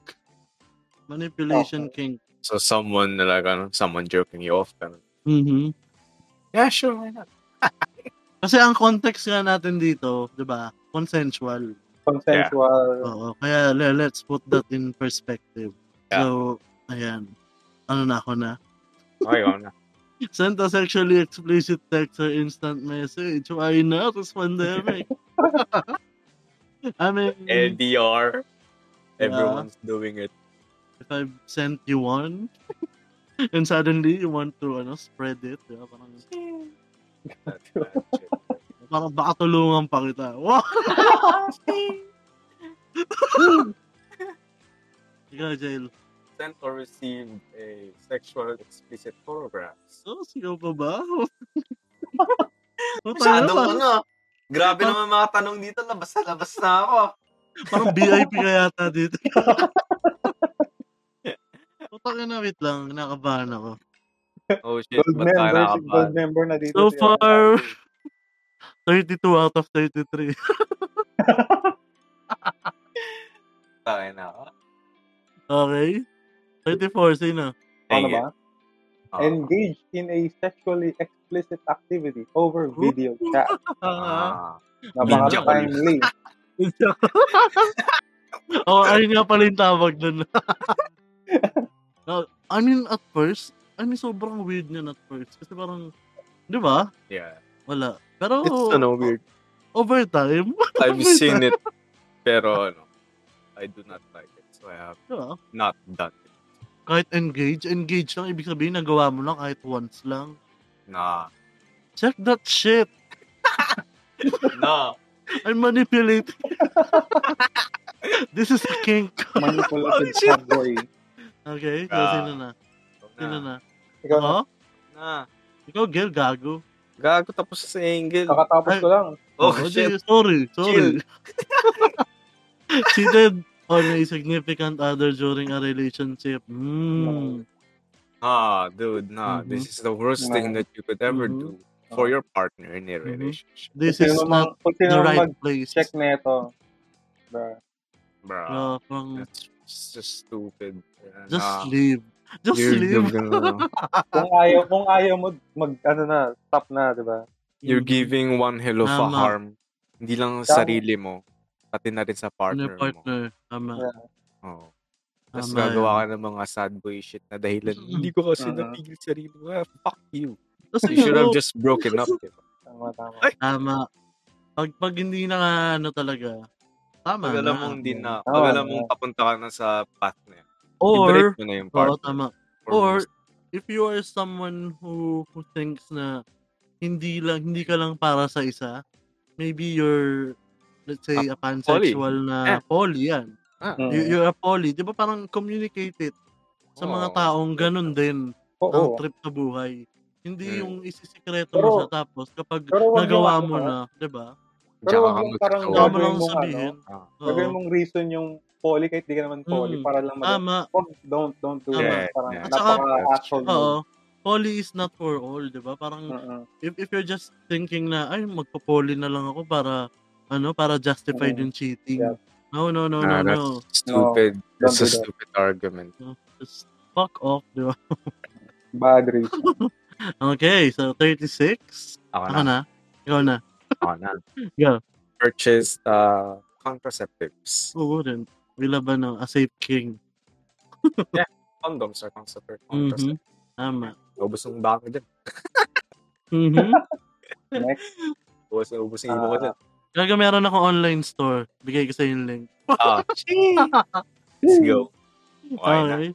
Manipulation kink. So someone talaga, no? someone joking you off. Ganun. Mhm. Yeah, sure, why not? Kasi ang context nga natin dito, di ba, consensual. Consensual. Oo, kaya le- let's put that in perspective. Yeah. So, ayan. Ano na ako na? Okay, go na. Send a sexually explicit text or instant message. Why not? It's pandemic. I mean, LDR. Mm-hmm. Yeah. Everyone's doing it. if I sent you one, and suddenly you want to ano, spread it, di ba? parang, That- that shit. parang baka tulungan pa kita. Wow! Ikaw, Jail. Sent or received a sexual explicit photographs. Oh, sigaw pa ba? oh, Masyadong parang, ano. Grabe naman mga tanong dito. Labas na labas na ako. parang VIP ka yata dito. Putak na, wait lang. Nakabahan ako. Oh shit, Gold ba't tayo member, si nakabal? gold member na dito. So si- <laughs> far, 32 out of 33. Tayo na ako. Okay? 34, sino? Ano Dang ba? it. Oh. Engage in a sexually explicit activity over video chat. Ah. Ninja Napaka-timely. <laughs> oh, ayun nga pala yung tawag nun. <laughs> No, I mean, at first, I mean, sobrang weird niyan at first. Kasi parang, di ba? Yeah. Wala. Pero, It's ano, weird. over time, <laughs> I've seen it, pero ano, I do not like it. So I have di ba? not done it. Kahit engage, engage lang. Ibig sabihin, nagawa mo lang kahit once lang. Nah. Check that shit. Nah. I'm manipulating. <laughs> This is a kink. <laughs> Oh, Manipulative shit. boy. Okay, so Ah. sino na? Sino Nah. na? Ikaw na. Ako? nah. Ikaw, Gil, gago. Gago tapos sa Uh-huh. angle. Kakatapos ko lang. Oh, Oh, shit. di- Sorry, <laughs> sorry. Cheated on a significant other during a relationship. Mm. Ah, dude, nah. Mm-hmm. This is the worst Nah. thing that you could ever Mhm. do for your partner in a Mm-hmm. relationship. This Kung is sino not mang- Kung sino the mang right place. mag-check na ito. Bruh. Bruh. Uh, from, That's just stupid. Yeah, just nah. leave. Just You're, uh, leave. you're gonna- <laughs> Kung ayaw, kung ayaw mo, mag, ano na, stop na, di ba? you're Mm. giving one hell of a Tama. harm. Hindi lang Tama. sa sarili mo, pati na rin sa Your partner, mo. Oh. partner. Tama. Yeah. Oo. Tapos Tama. gagawa yun. ka ng mga sad boy shit na dahilan. Mm. Hindi ko kasi Tama. napigil sarili ko. Ah, fuck you. Tapos You should have ano, just broken up. Diba? Tama, tama. Ay! Tama. Pag, pag hindi na nga, ano talaga. Tama Pag alam na. mong hindi na, Tama, pag alam tama. mong papunta ka na sa path na yan, Or, i-break mo na yung oo, partner. tama. For Or most- if you are someone who who thinks na hindi lang hindi ka lang para sa isa, maybe you're let's say a pansexual na Eh. poly yan. Mm. You, you're a poly, 'di ba parang communicate it sa mga Oo. taong ganun din ang Oo. trip sa buhay. Hindi Mm. yung isisikreto Pero- mo siya tapos kapag pero wag nagawa yung mo ano, na, 'di ba? Diyan Pero ka wag yung mag- parang Oo. Wala mo gagawin lang mong ano, sabihin. ah. Oo. Gagawin mong reason yung poly kahit di ka naman poly Mm. para lang mag- Tama. Oh, don't, don't do Tama. that. Parang Yeah. At saka- napaka-asshole mo. Oo. Poly is not for all, 'di ba? Parang Mm-mm. if if you're just thinking na ay magpo-poly na lang ako para ano para Mm. justified yung cheating. Yeah. No, no, no, Nah, Ah, no, that's no. stupid. that's a don't do that. stupid argument. Just fuck off, di ba? <laughs> Bad reason. Okay, so 36. Ako Ako na. na. Ikaw na. Ako na. Go. Purchased uh, contraceptives. Oo rin. Wala ba ng a safe king? Condoms are considered Mhm. contraceptives. Tama. Ubus ng bako dyan. Mhm. Next. Ubus, ubus ng ino ko dyan. Gaga meron ako online store. Bigay ko sa yung link. <laughs> Ah, Oh, let's go. Why not? Okay.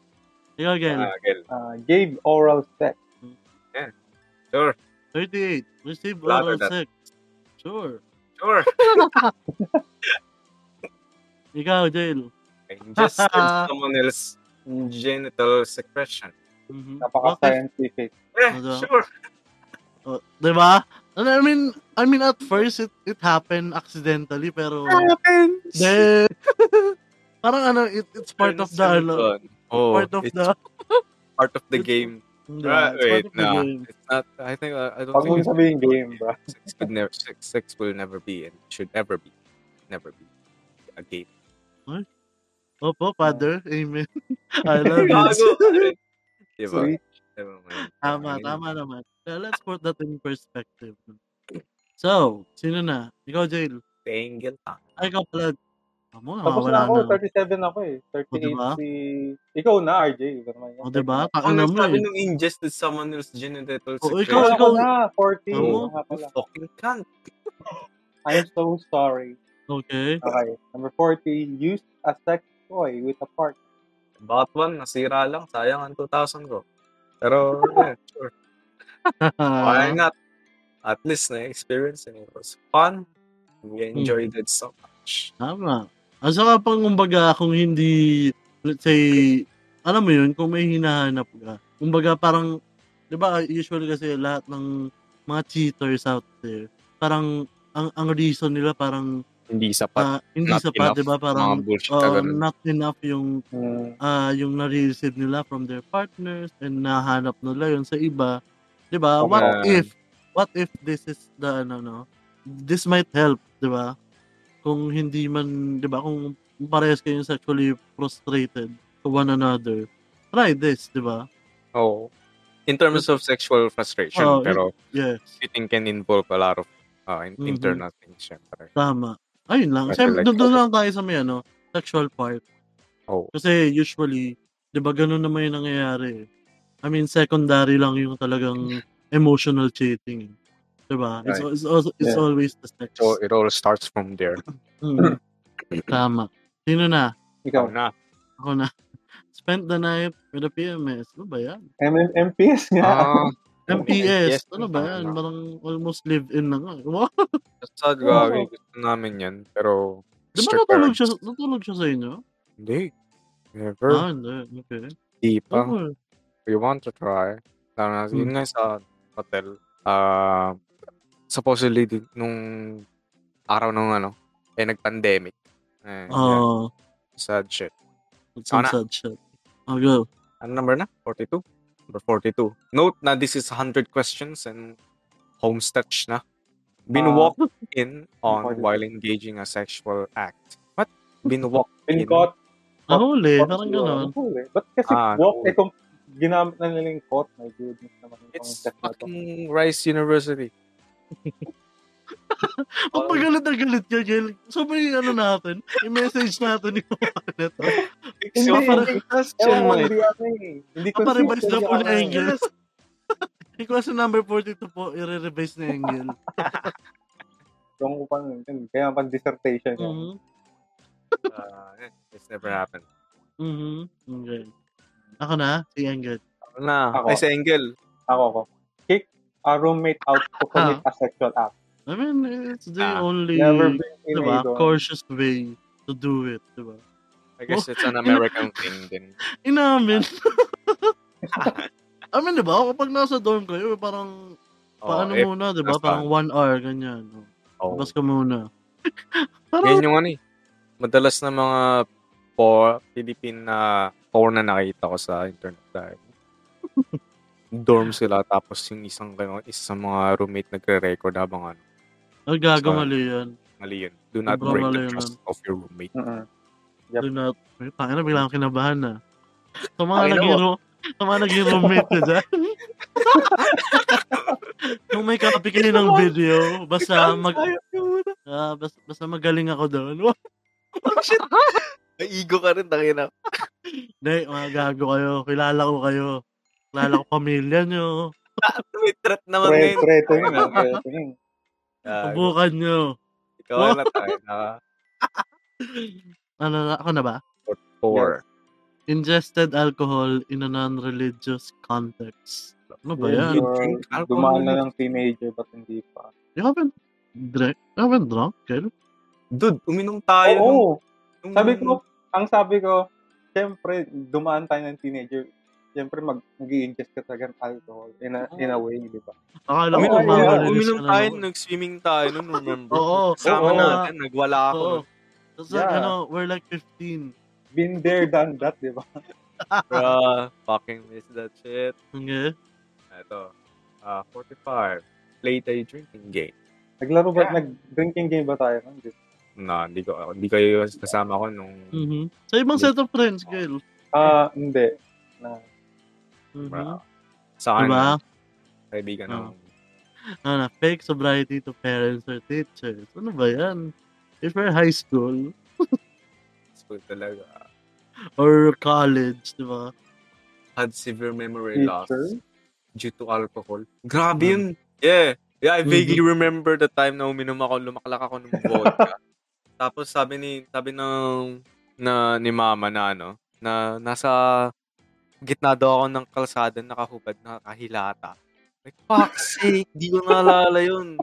Ikaw again. Ah, girl. Uh, gave oral sex. Sure, 38. Receive Rather oral that- sex. Sure. sure. Ikaw, jail. <laughs> Ingested someone else's genital secretion. Mhm. Bakit? Napaka-scientific. Eh, Ano? sure. Oh, 'di ba? And I mean, I mean at first it it happened accidentally pero Ah, then <laughs> parang ano it, it's part of the ano, Oh, part of <laughs> it's the part of the it's- game. yeah, it's part wait, of the nah. game. It's not, I think, uh, I don't Huwag think mong it's- sabihin game, bro. Sex, could never, sex, sex will never be and should ever be. Never be a game. Opo, Father. Amen. <laughs> I love you. <laughs> Gago. <laughs> diba? Sweet. Diba, man? Tama, tama naman. So, let's put that in perspective. So, sino na? Ikaw, Jail. Tangle ka. Ay, ikaw pala. Amo, Tapos na nawawala ako, Ah, na. 37 ako eh. 38 O, diba? si... Ikaw na, RJ. Ikaw naman yan. O, diba? Ang Takana mo nagsabi eh. nung ingested someone else's genital Oo, secretion. Ikaw, ako Ikaw- ikaw- na, 40. Amo. Ako nga pala. Fucking cunt. I'm so sorry. Okay. Okay. Number 40, used a sex toy with a part. Bot 1, nasira lang. Sayang ang 2,000 ko. <laughs> Pero, yeah, sure. Why not? At least na-experience and it was fun. Hmm. We enjoyed it so much. Tama. At saka pang kumbaga, kung hindi let's say, alam mo yun, kung may hinahanap ka, kumbaga parang, di ba, usually kasi lahat ng mga cheaters out there, parang, ang, ang reason nila parang Hindi sapat. ah, hindi not enough, sapat, di ba, mga parang oh, bullshit oo, na ganun. not enough yung Mm. ah yung nare-receive nila from their partners and nahanap nila yun sa iba. 'Di ba? Okay. What if what if this is the ano no? This might help, 'di ba? Kung hindi man, 'di ba, kung parehas kayo sexually frustrated to one another, try this, 'di ba? Oo. Oh. In terms of sexual frustration, Oo, pero Yes, cheating can involve a lot of uh, in- Mhm. internal things, syempre. tama. Ayun Right, lang. like- Siyempre, Oh. doon doon lang tayo sa may ano, sexual part. Oo. Kasi usually, 'di ba ganun naman yung nangyayari. eh. I mean, secondary lang yung talagang emotional cheating. 'Di ba? It's Right. it's, also, it's Yeah. always the sex. So, it all starts from there. <coughs> Mm. Tama. Sino na? Ikaw Ikaw. <laughs> na. Ako na. Spent the night with a PMS. Ano ba yan? MMMPS nga. <laughs> Ah, MPS. MPS. Ano ba yan? Tama. Parang almost live-in na nga. eh. sad, gagi. Gusto namin yan. Pero, Oh. Di ba strict natulog parents. siya, natulog siya sa inyo? Hindi. Never. Ah, hindi. Okay. Di pa. Oh, we want to try. Lalo na, yun Hmm. nga sa hotel. ah supposedly, di- nung araw nung ano, eh, nag-pandemic. Eh, Ah. yeah, oh sad shit. it's Ako some na. sad shit. Oh, go. Ano number na? 42? Number 42. Note na this is 100 questions and homestretch na. Been Ah. walked in on 42. while engaging a sexual act. What? Been walked in? Pincot. Caught Nahuli. Eh, Parang siguro. ganun. Huli. Ba't kasi Ah, walk, huli. eh kung ginamit na nila yung caught, my goodness naman. yung It's <laughs> concept na to. fucking Rice University. Ang magalit na galit niya, Gil. Sabay ano natin, i-message natin yung wallet. Hindi, parang- hindi. Ewan ko, Question. hindi ano eh. Hindi ano, ko Paparevise na Ah, po ni eh. <laughs> Engel. Request number 42 po, i-revise ni Engel. Yung upang, kaya pang dissertation. yan. Mhm. Ah, eh, it's never happened. Mhm. Okay. Ako na, si Engel. Ano na? Ako. Ay, sa Engel. Ako ko. Kick a roommate out to commit a Ah. sexual act. I mean, it's the Ah, only, Never been in a diba, dorm. cautious way to do it, diba? I guess it's an American thing din. Inamin. <laughs> I mean, diba, kapag nasa dorm kayo, parang, paano eh, if- muna, diba? nasa- Parang one hour, ganyan. oh. Oh, Labas ka muna. parang, Yan yung ano eh. Madalas na mga por, Philippine na porn na nakita ko sa internet dahil dorm sila tapos yung isang gano, isa sa mga roommate nagre-record habang ano, ang gagamali yan. mali yun. Do not Sobrang break mali the yun, trust of your roommate. <laughs> Mm-mm. Yep. Do not. Ay, Tangina, bigla akong kinabahan na. Sa mga Tangina naging ro- sa mga naging roommate na dyan. <laughs> Kung may copy kayo ng video, basta mag ah, basta, basta magaling ako doon. <laughs> May ego ka rin, tangina. Hindi, mga gago kayo. Kilala ko kayo. Kilala ko pamilya nyo. May threat naman Pre, ngayon. pre, tingin, pre, tingin. Uh, Subukan nyo. ikaw na tayo <laughs> na Ano na, ako na ba? four. Ingested alcohol in a non-religious context. Ano ba yan? Or drink alcohol Dumaan na na- ng teenager, ba't hindi pa? You haven't drank? You haven't drunk, Kel? Dude, uminom Ah, tayo. Oo, nung- oh, nung- sabi ko, ang sabi ko, syempre, dumaan tayo ng teenager, syempre, mag, mag-i-ingest ka talaga ng alcohol in a, in Ah. a way, diba? di ba? Akala ko Uminom, Oo, mga tayo, yeah. religious uminom ka na tayo, noon. nag-swimming tayo nun, remember? <laughs> Oo. Kasama oo. natin, nagwala ako. Oo. nun. Tapos like, Yeah. ano, we're like 15. Been there, done that, diba? di ba? Bruh, fucking miss that shit. Okay? Ito. ah 45. Play tayo drinking game. Naglaro ba, nag-drinking game ba tayo? nun? diba? Di ba? Na, hindi ko, hindi kayo kasama ko nung... Mhm. Sa ibang set of friends, girl. Ah, hindi. Na, Mhm. ah, sa akin, Diba? kaibigan ng... Oo. Ano, na, fake sobriety to parents or teachers. Ano ba yan? If you're high school School talaga. or college, di ba? Had severe memory loss teacher? due to alcohol. Grabe Mm. yun. Yeah. Yeah, I Mhm. vaguely remember the time na uminom ako, lumaklak ako ng vodka. Tapos sabi ni, sabi ng, na, ni mama na ano, na nasa gitna daw ako ng kalsada nakahubad na kahilata. Like, fuck sake, di ko naalala yun.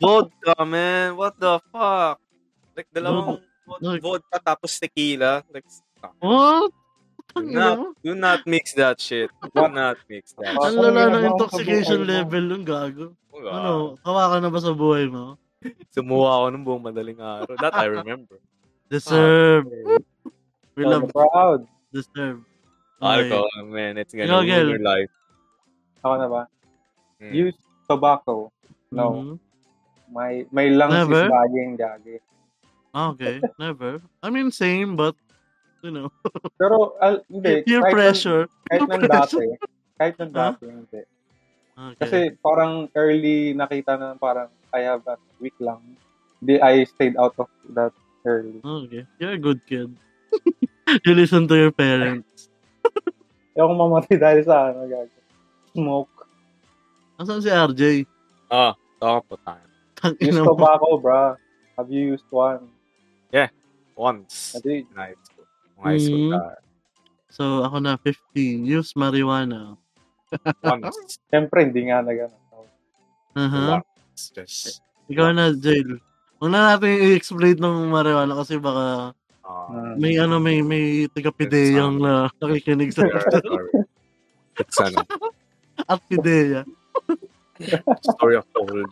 Vodka, man. What the fuck? Like, dalawang vod- Like- vodka tapos tequila. Like, fuck. What? Ang Na- ina mo. Do not mix that shit. Do not mix that. Ang Ang lala ina ng mo, intoxication kabuuan mo. level nung gago. Diba? Ano? Ano, hawakan na ba sa buhay mo? Sumuha ako nung buong madaling araw. That I remember. Deserve. Ah, We I'm love proud. deserve. Ah, Okay. Alcohol, "Oh, man. It's gonna Yogel. ruin your life. Ako na ba? Mm. Use tobacco. No. Mhm. My my lungs Never? is dying, gagi. Ah, Okay, never. I mean, same, but, you know, Pero, al, hindi. kahit peer nung- pressure. kahit nang dati. Kahit nang Ha? dati, hindi. Okay. Kasi parang early nakita na parang I have a week lang. Di, I stayed out of that early. okay. You're a good kid. <laughs> you listen to your parents. Ayaw kong mamatay <laughs> dahil sa ano, gagi. <laughs> Smoke. Asan si RJ? Talk po tayo. Use Tangina mo. tobacco, bra. Have you used one? Once. Kasi, In high school. Nung high school Mm. tayo. So, ako na 15. Use marijuana. Once. syempre, hindi nga na gano'n. Diba? Uh-huh. Once. Just. Ikaw na, Jail. Una natin i-explain ng marijuana kasi baka Uh, <laughs> Hmm. may ano, may, may tigapideyang na nakikinig sa sorry. It's ano, at pideya. story of the world.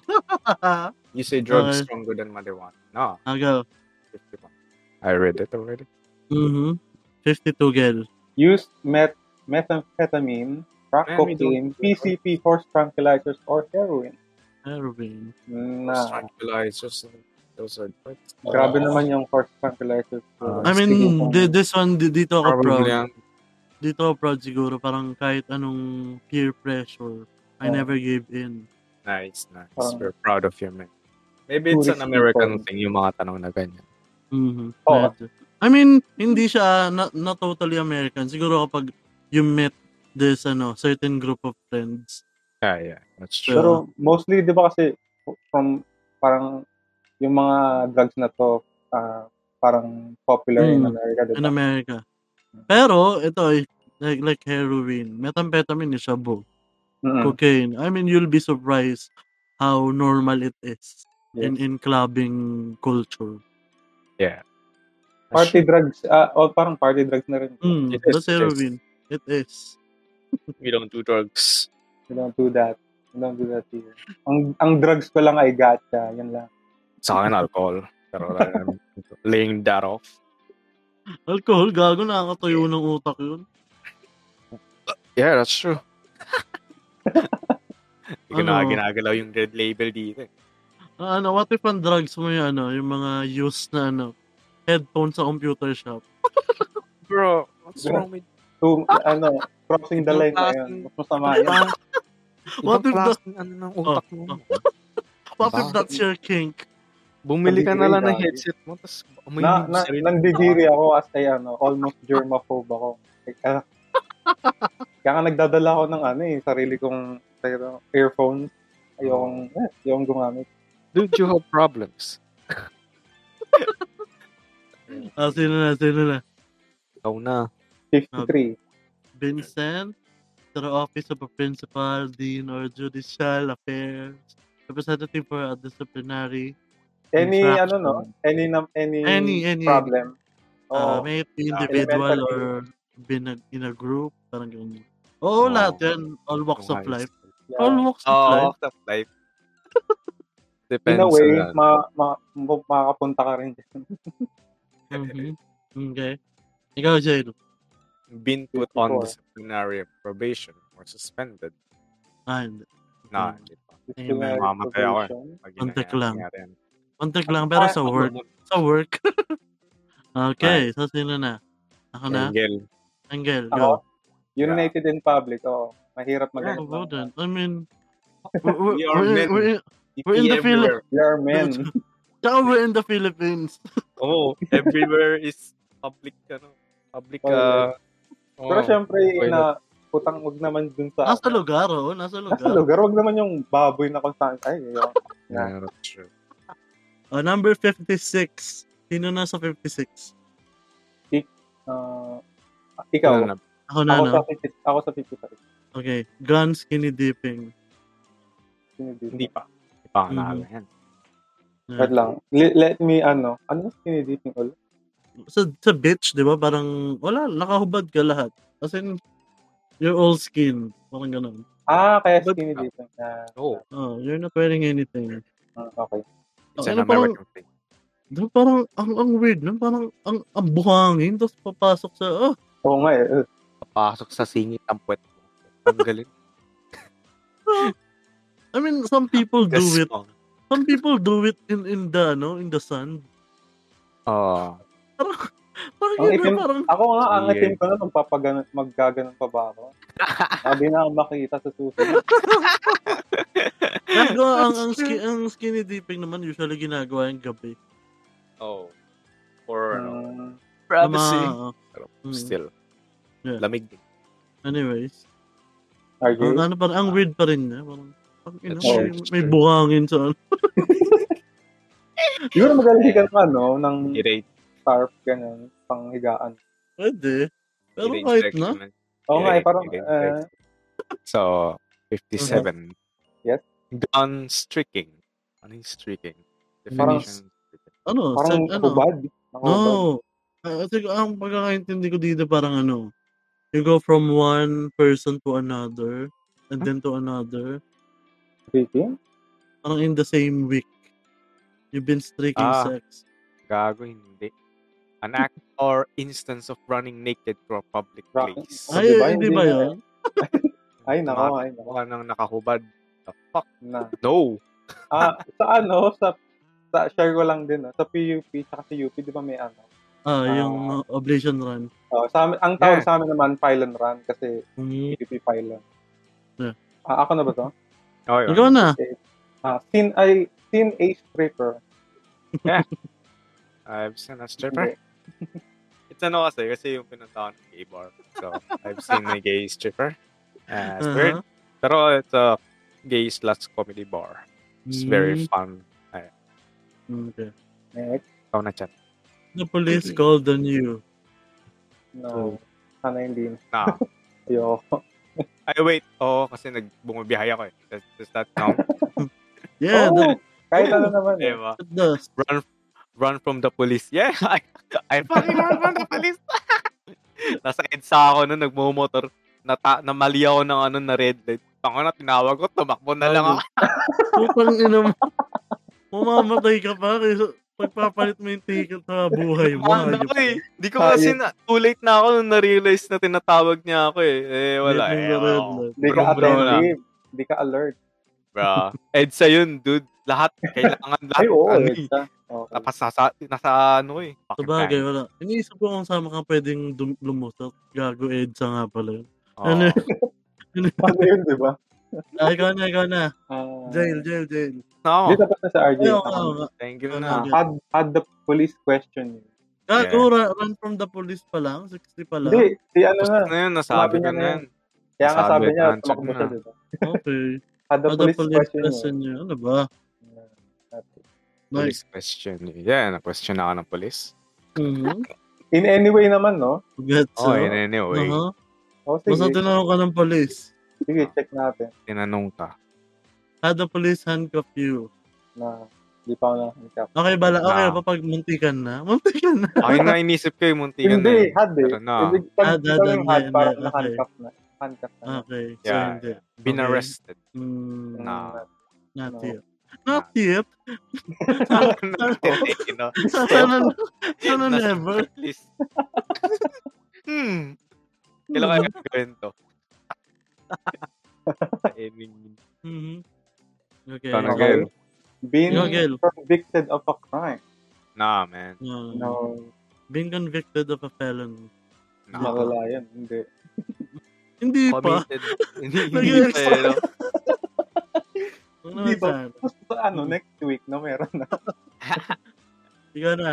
You say drugs Okay. stronger than marijuana. No. Aga. 51. I read it already. Mm-hmm. 52 girl. Use met methamphetamine, Man, crack we cocaine, PCP, horse tranquilizers, or heroin. Heroin. Na, Tranquilizers. Those are drugs. grabe naman yung horse tranquilizers. Ah, I mean, di- this one, di- dito ako proud. Probably um, ang Dito ako proud siguro. Parang kahit anong peer pressure, I Oh. never gave in. Nice, nice. Parang- We're proud of you, man. Maybe it's an Tourist American people. thing yung mga tanong na ganyan. Mm-hmm. Oo. I mean, hindi siya not, not totally American. Siguro kapag you met this ano certain group of friends. Yeah, yeah. That's true. Pero- Pero mostly, di ba kasi, from, parang, yung mga drugs na to, ah, parang popular in Mm. America, di in ba? America. Pero ito ay like like heroin, methamphetamine is shabu, Ah. Mm-mm. cocaine. I mean, you'll be surprised how normal it is in Yes. in clubbing culture. Party drugs, ah, oh, parang party drugs na rin. Mm, It is, it that's is. heroin. It is. We don't do drugs. We don't do that. We don't do that here. Ang, ang drugs ko lang ay gacha, yan lang. Sa akin, alcohol. Pero <laughs> I'm laying that off. Alcohol, gago nakakatayo ng utak yun. Yeah, that's <laughs> true. Hindi ko na Ano? ginagalaw yung red label dito. eh. Ah, ano, what if ang drugs mo yung ano, yung mga used na ano, headphone sa computer shop. Bro, what's wrong with So, ano, crossing the Ibang line na klaseng- yun. Mas masama yun. Ibang What if the- klaseng ano ng utak mo? What if Bakit? that's your kink? Bumili ka na lang ng Nandidiri ka. headset mo, tapos amoy mo Na, na, yung sarili. nandidiri ako as ay ano, almost germaphobe ako. Kaya, <laughs> kaya nga nagdadala ako ng ano eh, sarili kong pero, earphones. Ayokong, eh, ayokong gumamit. Dude, you have problems. Ah, sino na, sino na? Ikaw na. 53. Vincent, to the office of a principal, dean, or judicial affairs, representative for a disciplinary, any, infraction. ano no? Any, nam- any, Any, any, problem. Oh, uh, may it be individual elementary. or been a- in a group, parang ganyan. Oo. Oo, lahat yan. All walks of life. All yeah. walks of Oh, life. walk of life. In <laughs> Depends a way, on ma, ma, ma- makakapunta ka rin dyan. <laughs> Mhm. Okay. Ikaw, Jail. Been put on Before. disciplinary probation or suspended. Ah, hindi. Na, Mm. di ba? Disciplinary Mamatay ako eh. probation. Pag Kontek ginaya- lang. nangyari yan. Kontek lang, pero sa work. Sa work. <laughs> okay, so sino na? Ako na? Angel. Angel, Ako? go. United in public, oo. Mahirap mag Go, go then. I <laughs> mean, we're, we're, We are we're- men. we're- We're in the Everywhere. We are <laughs> men. Tsaka we're in the Philippines. Oh, everywhere is public, ano, public, Toilet. uh, Oh, oh, Pero syempre, toilet. na putang wag naman dun sa... Nasa lugar, oh. Nasa lugar. Nasa lugar. Ah, Wag naman yung baboy na kung saan. Ay, yun. yeah, that's true. Oh, number 56. Sino na sa 56? Ah, ikaw. Ano na? Ako na, ako, no? sa 50, ako sa 55. Okay. Gun skinny dipping. Hindi pa. Hindi. Mm-hmm. Hindi pa ako Mhm. naalala yan. Yeah. Wait lang. Let, let me, ano, ano yung skinny dipping ulit? sa, sa bitch, di ba? Parang, wala, nakahubad ka lahat. As in, you're all skin. Parang ganun. Ah, kaya skinny dipping na. Oo. Oh, you're not wearing anything. Ah, okay. Oh, Isa ano na may parang, wag yung thing. diba, parang, ang, ang weird, no? parang, ang, ang buhangin, tapos papasok sa, oh, Oo nga eh. Eh, Papasok sa singit ang puwet mo. Ang galing. I mean, some people <laughs> do Yes, it. ma'am. Some people do it in, in the, no? In the sun. Oo. Parang, Oh, yun, itim- no? parang, Ako nga, ang Weird. atin ko na nung papaganon, maggaganon pa <laughs> ba ako? Sabi na ako makita sa susunod. Ginagawa ang, ang, ski- ang skinny dipping naman usually ginagawa yung gabi. Oh. Or ano, Mm, Tama. Promising. Mm. still. Yeah. Lamig din. Anyways. are Ang, you? ano, parang, ang weird pa rin niya. Parang, parang you know, That's true. may, may buhangin sa ano. Siguro magaling ka pa, no? Ng Irate. scarf, ganun, panghigaan. Pwede. Pero irate kahit sex na. naman. Oo nga eh, Irate, parang, irate eh, sex. So, 57. Yes. Gone streaking. Ano yung streaking? Parang- Definition. Ano, sa, parang ano. hubad. Ang hubad. No. Uh, ang pagkakaintindi ko dito parang ano, you go from one person to another and then to another. Speaking? Parang in the same week. You've been streaking Ah. sex. Gago, hindi. An Hmm. act or instance of running naked to a public Rock- place. Oh, Ay, di ba? Hindi hindi ba na yun? Ay, nako, ay, nako. Mukha nang nakahubad. The fuck? Na. No! Ah, sa ano, sa, sa share ko lang din, no? sa PUP, sa UP, di ba may ano? Ah. Ah, yung uh, oblation run. Oh, sa amin, ang tawag Yeah. sa amin naman, pylon run, kasi Mm. PUP pylon. Yeah. Ah, ako na ba to? Oh, yun. Ikaw na. Ah, sin, ay, sin a stripper. I've seen a stripper. It's ano kasi, kasi yung pinuntahan ng gay bar. So, I've seen a gay stripper. Uh, it's weird. Uh-huh. Pero it's a gay slash comedy bar. It's very Mm. fun. Mm-hmm. Okay. Next. Ikaw na chat. The police Mm. called on you. Oh. No. Sana hindi. Na. Ayoko. Ay, wait. Oo, kasi nagbumabihay ako eh. Does, does that <laughs> count? Yeah, Oh, that, Kahit ano naman. Eh. diba? that does. Run, run from the police. Yeah, <laughs> I, I fucking run from the police. <laughs> Nasa EDSA ako nun, nagmumotor. Nata, namali ako ng ano, na red light. Ako na, tinawag ko, tumakbo na lang ako. Putang ina mo. <laughs> Mamamatay ka pa kaysa pagpapalit mo yung ticket sa buhay mo. Ano ako hayop ka. eh. Di ko kasi na, too late na ako nung na-realize na tinatawag niya ako eh. Eh, wala. Hindi Eh, mo wala red ako. light. Hindi ka Bro, bro lang. attentive. Hindi ka alert. Bro. EDSA yun, dude. Lahat, kailangan lahat. <laughs> Ay, oo. ano, alert eh. ka. Okay. Tapos nasa, nasa ano eh. Fucking Sabagay, time. wala. Iniisip ko kung sama ka pwedeng dum- lumusot. Gago EDSA nga pala. yun. Oo. Ano? Paano yun, di ba? Ah, <laughs> ikaw na, ikaw na. Ah, Jail, jail, jail. No. Dito tapos na sa RJ. Ay, oo, Ah, oo, oo. Thank you Ano, na. ano. had, had the police question you. Gago, ra- run from the police pa lang? 60 pa lang? Hindi, si ano Gusto na. na yun, nasabi Sabi ko niya na na yun. Kaya nga Sabi sabi na, niya, check tumakbo na. siya, di ba? Okay. Had the Ah, police eh. question you. question niya. Ano ba? Like, Police question. Yeah, na-question ako ng police. mm-hmm. In any way naman, no? Gets, Oh, oh, in any way, Uh-huh. O, Basta sige. tinanong ka ng police. Sige, check natin. tinanong ka. Had the police handcuff you. Na, di pa ako nakakita. Okay, bala. Okay, Ah. ba pag muntikan na? Muntikan na. Ay, na Oh, inisip ko yung muntikan na Hindi, eh. had eh. Pero na. Ibig Ah, pag ito dadan yung na had, yun, parang yeah, Ah. na-handcuff na. Handcuff na. Okay, so Yeah, hindi. Been Okay. arrested. Mm, Mm, na. Not No. yet. Not yet? <laughs> you know, Sana, sana Nasa never. police. <laughs> hmm. Kailangan ko gawin to. Aiming. Mhm. Okay. Sana Okay. girl. Been Ikaw, Gil. convicted of a crime. Nah, man. Uh, No, Being convicted of a felon. Nah. mawala yun. Hindi. Hindi pa. Committed. Hindi Nag-i-expect. pa eh, no? Ano Hindi naman sana? Tapos sa ano, next week, no, meron na. <laughs> Ikaw na.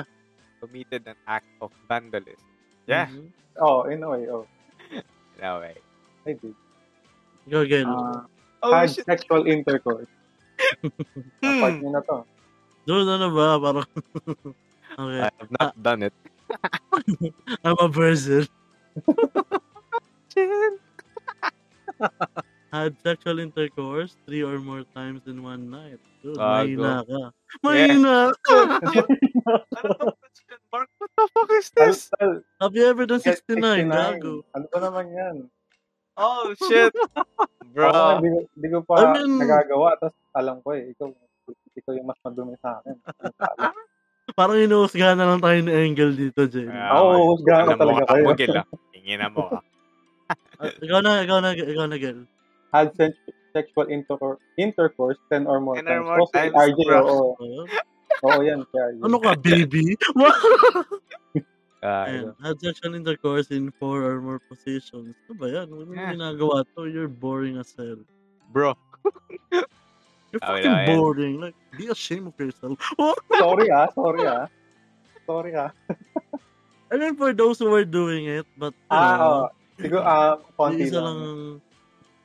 Committed an act of vandalism. Yeah. Mhm. Oh, in a way, oh. No way. I did. Ikaw, Gil. Ah, Oh, had shit. sexual intercourse. <laughs> Hmm. Apart nyo na to. Dude, ano ba? <laughs> Parang... okay. I have not done it. I'm a virgin. Had sexual intercourse three or more times in one night. Dude, ah. Gago. mahina ka. Mahina ka! Ano to? Question mark? What the fuck is is this? Tal- <laughs> Have you ever done tal, 69, gago? Ano ba naman yan? Oh, shit. Bro. Ako, Bro. hindi, ko- hindi ko pa I mean- nagagawa. Tapos alam ko eh, ikaw, ikaw yung mas madumi sa akin. Parang inuusga na lang tayo ng angle dito, Jamie. Ah, Oo, okay. husgahan ko Alam mo talaga ka, kayo. bugil ah. Tingin mo ka. Ah, ikaw na, ikaw na, ikaw na, girl. Had sen- sexual intercourse, intercourse 10 or more 10 times. or more Oh, si times, RJ, bro. oo. Oo. Oo yan, si RJ. Oh, Ano ka, baby? Ah, Ayan, had sexual intercourse in four or more positions. Ano ba yan? Ano yung ginagawa to? You're boring as hell. Bro. You're Ah, wala fucking yan. boring. Like, be ashamed of yourself. Sorry ah, sorry ah. Sorry ah. I mean, for those who are doing it, but, you Ah, know, oo. Siguro, ah, konti isa lang. lang.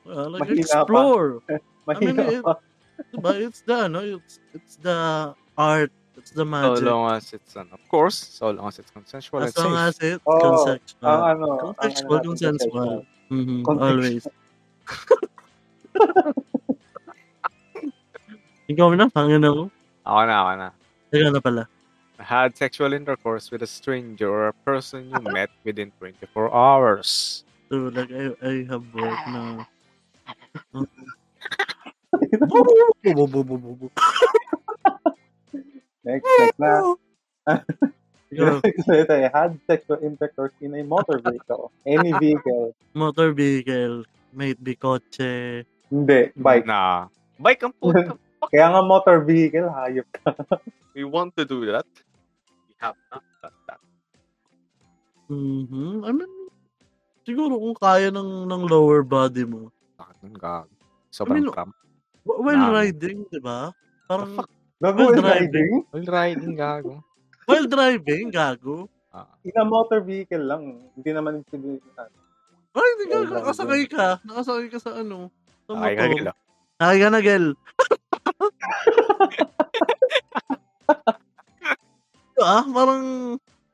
Well, like, Mahina pa. explore. Mahina I mean, pa. diba? It's the, ano, it's, it's the art. It's the So magic. long as it's, an, of course, so long as it's consensual and as long safe. as it's Oo. Ang consensual. Ah. ano, ang ano Contextual, natin, consensual. Mhm, Contextual. always. <laughs> Ikaw na, pangin ako. Ako na, ako na. Teka na pala. Had sexual intercourse with a stranger or a person <laughs> you met within 24 hours. So, like, I, I have work now. Next, next na. Ikaw, so <laughs> ito eh, had sexual intercourse in a motor vehicle. Any vehicle. motor vehicle, might be kotse. Hindi, bike. Na. Bike ang puta. <laughs> Kaya nga motor vehicle, hayop. We want to do that. We have not done that. Mhm. I mean, siguro kung kaya ng, ng lower body mo. Bakit nun, gag? Sobrang I mean, cramp. Wh- Nah. While riding, di ba? Parang, Bago Well, yung driving. riding, All riding, gago. while driving, gago. in a motor vehicle lang. Hindi naman yung siguro- ah, Ay, hindi ka, Well, nakasakay ka. Nakasakay ka sa ano. Sa Ay, motor. gagila. Nakay ka na, gel. <laughs> ah, parang,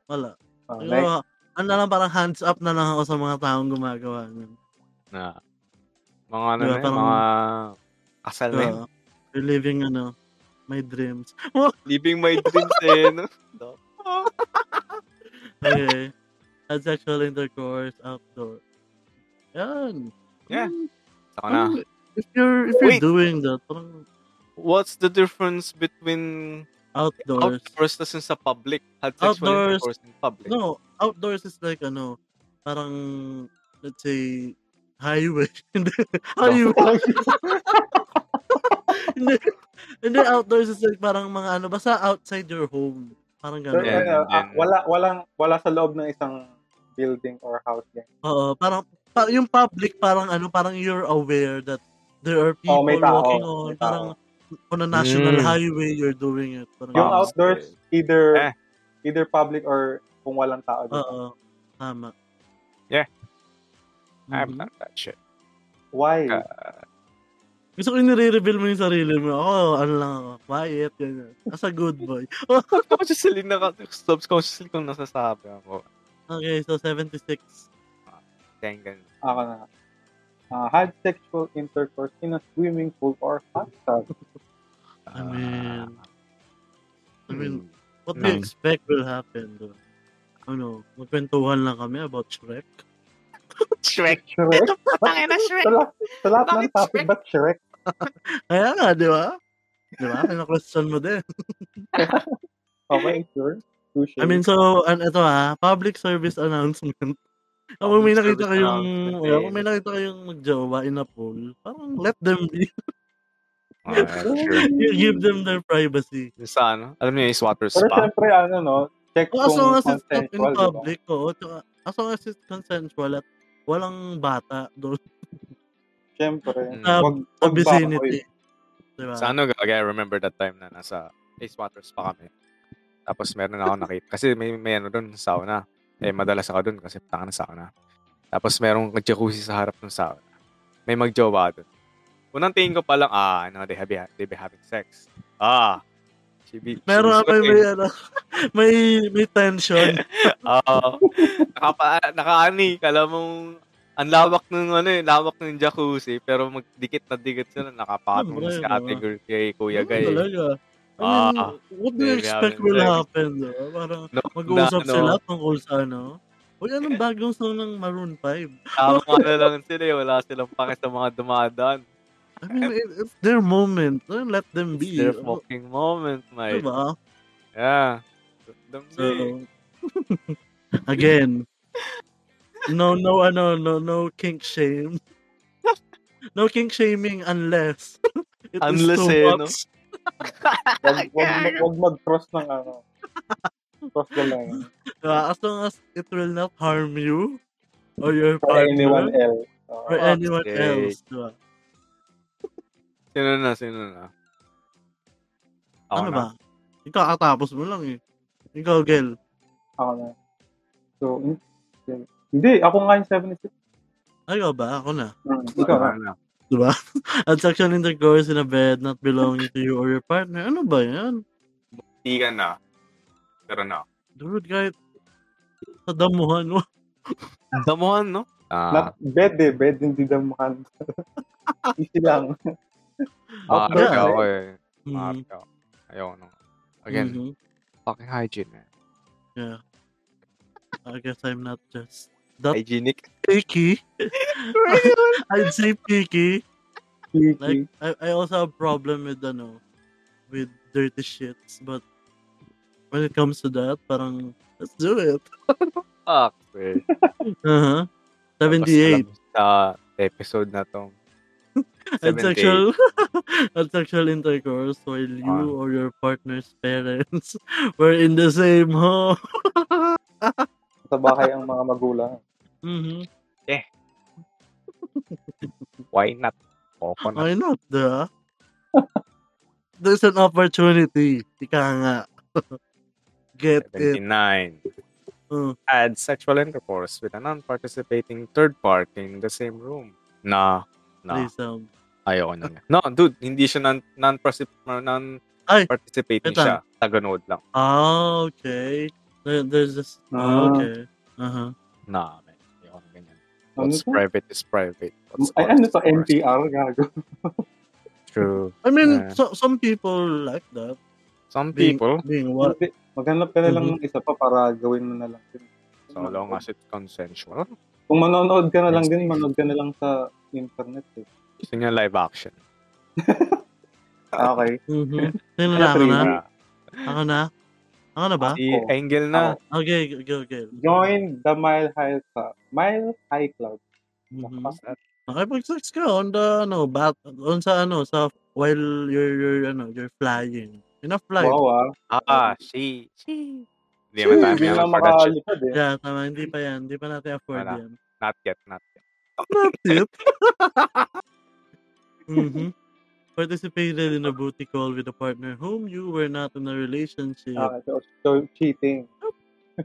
wala. ah, Siguro, <laughs> next. ano na lang, parang hands up na lang ako sa mga taong gumagawa nun. Na. Mga ano na, Diba, yun, parang- mga kasal na yun. Uh, reliving, ano, my dreams. <laughs> Living my dreams eh, no? Okay. Had sexual intercourse outdoor. Yan. Yeah. Mm, Ako na. parang If you're, if you're Wait. doing that, parang What's the difference between outdoors. outdoors na sa public? Had sexual Outdoors. intercourse in public? No, outdoors is like ano, parang let's say highway. <laughs> Hindi, highway. Ano, Hindi, hindi, outdoors is like parang mga ano, basta outside your home. Parang Pero, gano'n. Yeah. ano, ah, yeah. wala, walang, wala sa loob ng isang building or house. Yan. Oo, parang pa, yung public parang ano, parang you're aware that there are Oh, people may tao, walking on may tao. parang on a national Mm. highway you're doing it. Parang Yung Ah, ganun. outdoors, either Eh. either public or kung walang tao. dito. Oo, tama. Yeah. I'm Mhm. not that <laughs> shit. Why? Ah. Gusto ko yung nire-reveal mo yung sarili mo. Ako, ano lang ako, quiet, ganyan. As a good boy. Subconsciously na, subconsciously kong nasasabi ako. Okay, so 76. Tengan. Ako na. Ah, had sexual intercourse in a swimming pool or hot tub. I Ah. mean, I mean, Hmm. what do Nang- you expect will happen? Bro? Ano, magkwentuhan lang kami about Shrek. Shrek. Shrek? Putang ina, Shrek. Sa lahat, sa lahat ng Bakit topic, Shrek? ba't Shrek? Kaya nga, di ba? Di ba? Pina-question mo din. Okay, sure. Touche. I mean, so, an, ito ah, public service announcement. Kung may Public nakita service kayong, announcement, wala, eh. kung may nakita kayong magjowa in a pool, parang let them be. <laughs> Ah, sure. You give them their privacy. Yung sa ano? Alam niyo yung swatter Pero spa? syempre, ano, no? Check Oh, as kung long as it's not in consensual, di ba? public, oo. Tsaka, as long as it's consensual at walang bata doon Mm. Syempre. sa, Wag, sa wag baboy. vicinity. eh. Diba? Sa ano, gag- I remember that time na nasa Ace Waters pa kami. Tapos meron ako nakita. Kasi may, may ano doon, sauna. Eh, madalas ako doon kasi putang na sauna. Tapos merong jacuzzi sa harap ng sauna. May magjowa doon. Unang tingin ko pa lang, ah, no, they, have, they be having sex. Ah, she be, she Meron be ako may, sweating. ano, <laughs> may, may tension. <laughs> Oo. Nakapa, nakaani, kala mong, ang lawak ng ano eh, lawak ng jacuzzi, pero magdikit na dikit sila, nakapatong Siyempre, sa diba? category kay <laughs> Kuya Ganun Gay. talaga. I mean, Ah, what do you maybe expect having will sex. happen? Diba? Parang No, mag-uusap na, ano, sila tungkol sa ano. Uy, anong bagong song ng Maroon 5? Tama na lang sila. eh. Wala silang pake sa mga dumadaan. I mean, it- it's their moment. Don't let them It's be. their Ano, fucking moment, mate. Diba? Yeah. Them be. So, <laughs> again, no, no, ano, no, no <laughs> kink shame. No kink shaming unless <laughs> it is Unless too eh, no? much. Wag, <laughs> wag, mag- wag mag-cross ng ano. Cross the <laughs> line. Diba? As long as it will not harm you or your For partner anyone else. Oo. or anyone Okay. else. Diba? Sino na, sino na? Ako ano na. ba? Ikaw katapos mo lang eh. Ikaw, girl. Ako na. So, hmm, yun. hindi. Ako nga yung 76. Ayaw ba? Ako na. Hmm, ikaw na. Ah. Ako na. At sexual intercourse in a bed not belonging to you or your partner. Ano ba yan? Hindi ka na. Pero na. Dude, kahit sa damuhan mo. Damuhan, no? Ah, Not bed eh. Bed, hindi damuhan. <laughs> Easy <laughs> lang. maaari Yeah. ka ako eh. Mhm. Maaari ka ako. Ayoko na. Again, Mhm. fucking hygiene, man. Yeah. I guess I'm not just that Hygienic. picky. <laughs> I'd say picky. Like Easy. I, I also have problem with ano with dirty shits, but when it comes to that, parang let's do it. Fuck, eh. Uh-huh. Tapos alam 78. Sa episode na to. And 78. <laughs> sexual and sexual intercourse while you or your partner's parents <laughs> were in the same home. Sa bahay ang mga magulang. Mhm. Why not? Coconut. Why not, diba? There's an opportunity. Ika nga. <laughs> Get it. 79. Mm. Had sexual intercourse with a non-participating third party in the same room. Nah. Nah. Threesome. Ayoko na. No, dude, hindi siya non, non-particip- Ay, non-participating wait lang. siya. Taganood lang. Ah, okay. There, there's this. Ah. Ah, okay. Uh-huh. Nah, man. Ayoko na ganyan. Ano What's to? private is private. What's Ay, ours ano is to? ours. NPR? Gago. True. I Yeah. mean, so, some people like that. Some Being, people, <laughs> being what? Mm-hmm. Hindi. Maghanap ka na lang ng isa pa para gawin mo na lang. din. so long as it's consensual, Kung manonood ka na lang din, manood ka na lang sa internet. Eh. gusto niya live action. <laughs> Okay. Mm-hmm. Sino na ako na? Ah, Ako na? Ako na ba? si oh. Engel na. Okay, go, go, go. Join the Mile High Club. Mile High Club. Mhm. Nakipag-sex ka on the, ano, bat, on sa, ano, sa, while you're, you're, ano, you're flying. Enough flight. Wow ah. Ah, si. Si. Hindi naman tayo Hindi na meron for that shit. makalipad eh. Yeah, tama. Hindi pa yan. Hindi pa natin afford Wala. yan. Not yet, not yet. Tip. mm-hmm. Participated in a booty call with a partner whom you were not in a relationship. Ah, so, so, cheating.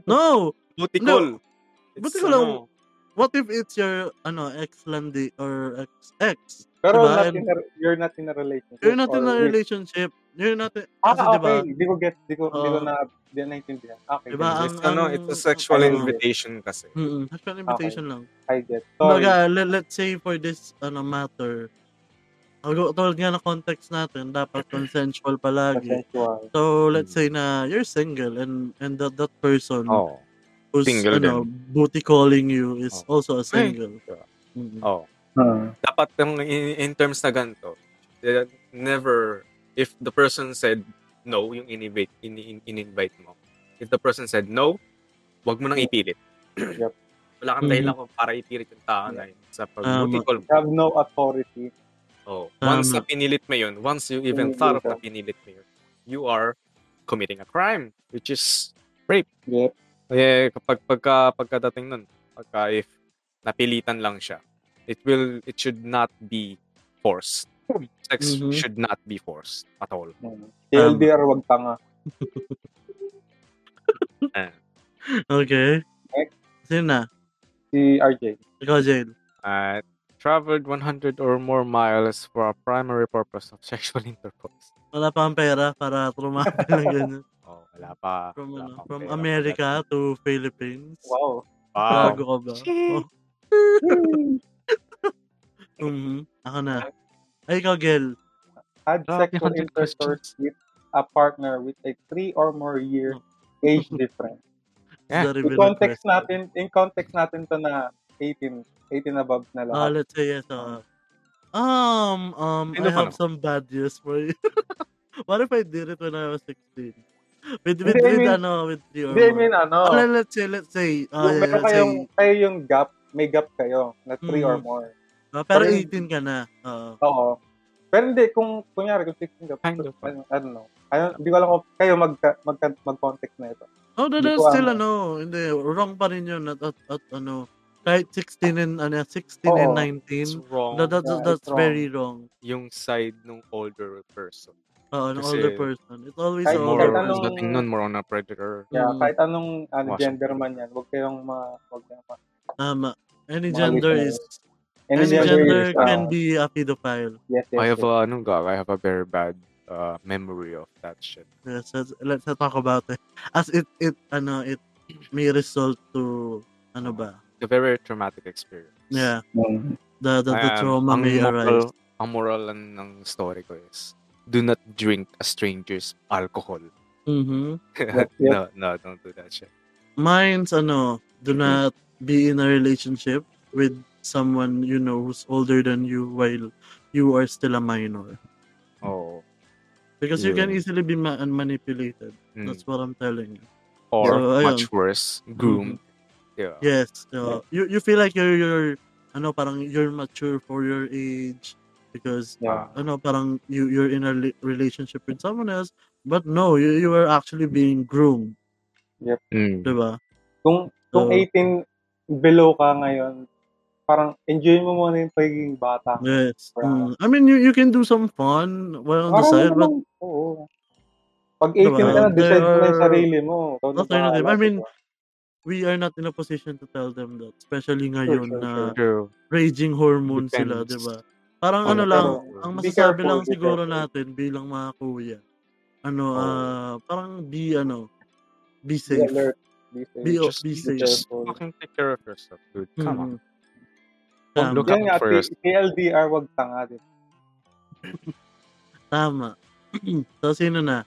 no! Butikol. Butikol ano, ang- What if it's your, ano, ex-landi or ex-ex? Pero Diba? not in a, you're not in a relationship. You're not in or a with- relationship. You're not in, Ah, kasi diba, okay. Hindi ko get. Hindi ko, hindi ko Oo. na, hindi na intindihan. Okay. Diba, then, It's, ang- ano, ang- it's a sexual ano, invitation kasi. mm Actual invitation lang. I get. Sorry. Kumbaga, let, let's say for this ano matter, ang gu- tulad nga ng context natin, dapat consensual palagi. Consensual. So, let's Mm-hmm. say na you're single and and that, that person Oh. who's single ano, booty calling you is Oh. also a Ay. single. Mm. Oh. Hmm. Dapat yung in, in terms na ganito, eh, never, if the person said no, yung in-invite, in, in, in-invite mo. If the person said no, wag mo nang ipilit. Yep. <clears throat> Wala kang Mm-hmm. dahilan kung para ipilit yung tao na yun sa pag-butikol You have no authority. Oh, once na Tama. pinilit mo yun, once you even Pinilit thought of ka. na pinilit mo yun, you are committing a crime, which is, Yep. eh, kapag, pagka, pagkadating nun, pagka if napilitan lang siya, it will, it should not be forced. Sex Mm-hmm. Mhm. should not be forced at all. Hmm. Um, TLDR, wag tanga. Okay. Oh. Next. Sino na? Si RJ. Ikaw, Jane. Uh, traveled 100 or more miles for a primary purpose of <laughs> sexual intercourse. Wala pa ang pera para trumapin ng ganyan. Oh, wala pa. From, wala ano, pang from pera. America to Philippines. Wow. Wow. Bago ka ba? Oh, Shit. Mhm. Ako na. Ay, ikaw, girl. Had Grabe, sexual 100 <laughs> intercourse questions. with a partner with a three or more <laughs> year age difference. Yeah. The In reveal Eh, context request. natin, in context natin to na 18, 18 above na Ah, lahat. let's say yes. ah. um, um, Sino I pa have some bad news for you. <laughs> what if I did it when I was 16? With, with, Hindi, I with, mean- ano, with three or Hindi, I mean, more. ano, Alright, let's say, let's say, yung ah, yeah, meron let's kayong, say, kayo yung gap, may gap kayo na 3 or Mm. more. ah, pero parang- 18 ka na. Ah. Oo. Oo. Pero hindi, kung kunyari, kung 16 ka, Kind of. I, I don't know. I don't, hindi ko alam kung kayo magka, magka, mag-context na ito. Oh, no, Hindi no, ko still alam. ano, hindi, wrong pa rin yun at, at, at ano, kahit 16 and, ano, 16 and Oo. 19, It's wrong that, that, Yeah, that's it's wrong. very wrong. yung side ng older person. Oo, uh, an Kasi- older person. It's always Kahit- an more older kahit on anong- person. dating nun, more on a predator. Yeah, Mm. kahit anong ano, Washington. gender man yan, huwag kayong ma... Huwag kayong ma Tama. Any Mga gender listeners. is, any gender is, uh, can be a pedophile. Yes, yes, I have yes. a, ano, gag, I have a very bad uh, memory of that shit. Yes, let's, let's not talk about it. As it, it, ano, it may result to, ano ba? A very traumatic experience. Yeah, Mm. the, the, the Ayan, trauma ang may moral, arise. Ang moral lang ng story ko is, do not drink a stranger's alcohol. Mm-hmm. yep. <laughs> no, no, don't do that shit. Mine's, ano, do Mm-hmm. not be in a relationship with someone, you know, who's older than you while you are still a minor. Oh. Because you can Yeah. easily be ma- manipulated. mm. That's what I'm telling you. Or, So, much ayun. Mm-hmm. worse, groomed. Yeah. Yes. So you you feel like you're you're ano parang you're mature for your age because Yeah. ano parang you you're in a rela- relationship with someone else but no you you are actually being groomed, Mm. 'di ba? Kung, kung So- 18 below ka ngayon, parang enjoy mo muna yung pagiging bata. Yes. Right. Mm. I mean you you can do some fun while on the Parang side but namang- oo. Pag 18 Diba? ka na, decide mo na yung There- sarili mo. Ikaw na Alternative. bahala, I mean, diba? we are not in a position to tell them that especially Sure, ngayon sure, na sure. True. raging hormones sila, Depends. 'di ba? Parang Oh, ano yeah. lang, Pero, ang be masasabi careful, lang be siguro careful. natin bilang mga kuya. Ano, Oh. ah, parang be ano, Be be safe. alert. Be safe. Be, just, be you safe. just Careful. fucking take care of yourself, dude. Come on. Mhm. Don't Tama. look Yan out nga, for T- yourself. TLDR, wag tanga, diba? Tama. <clears throat> so, sino na?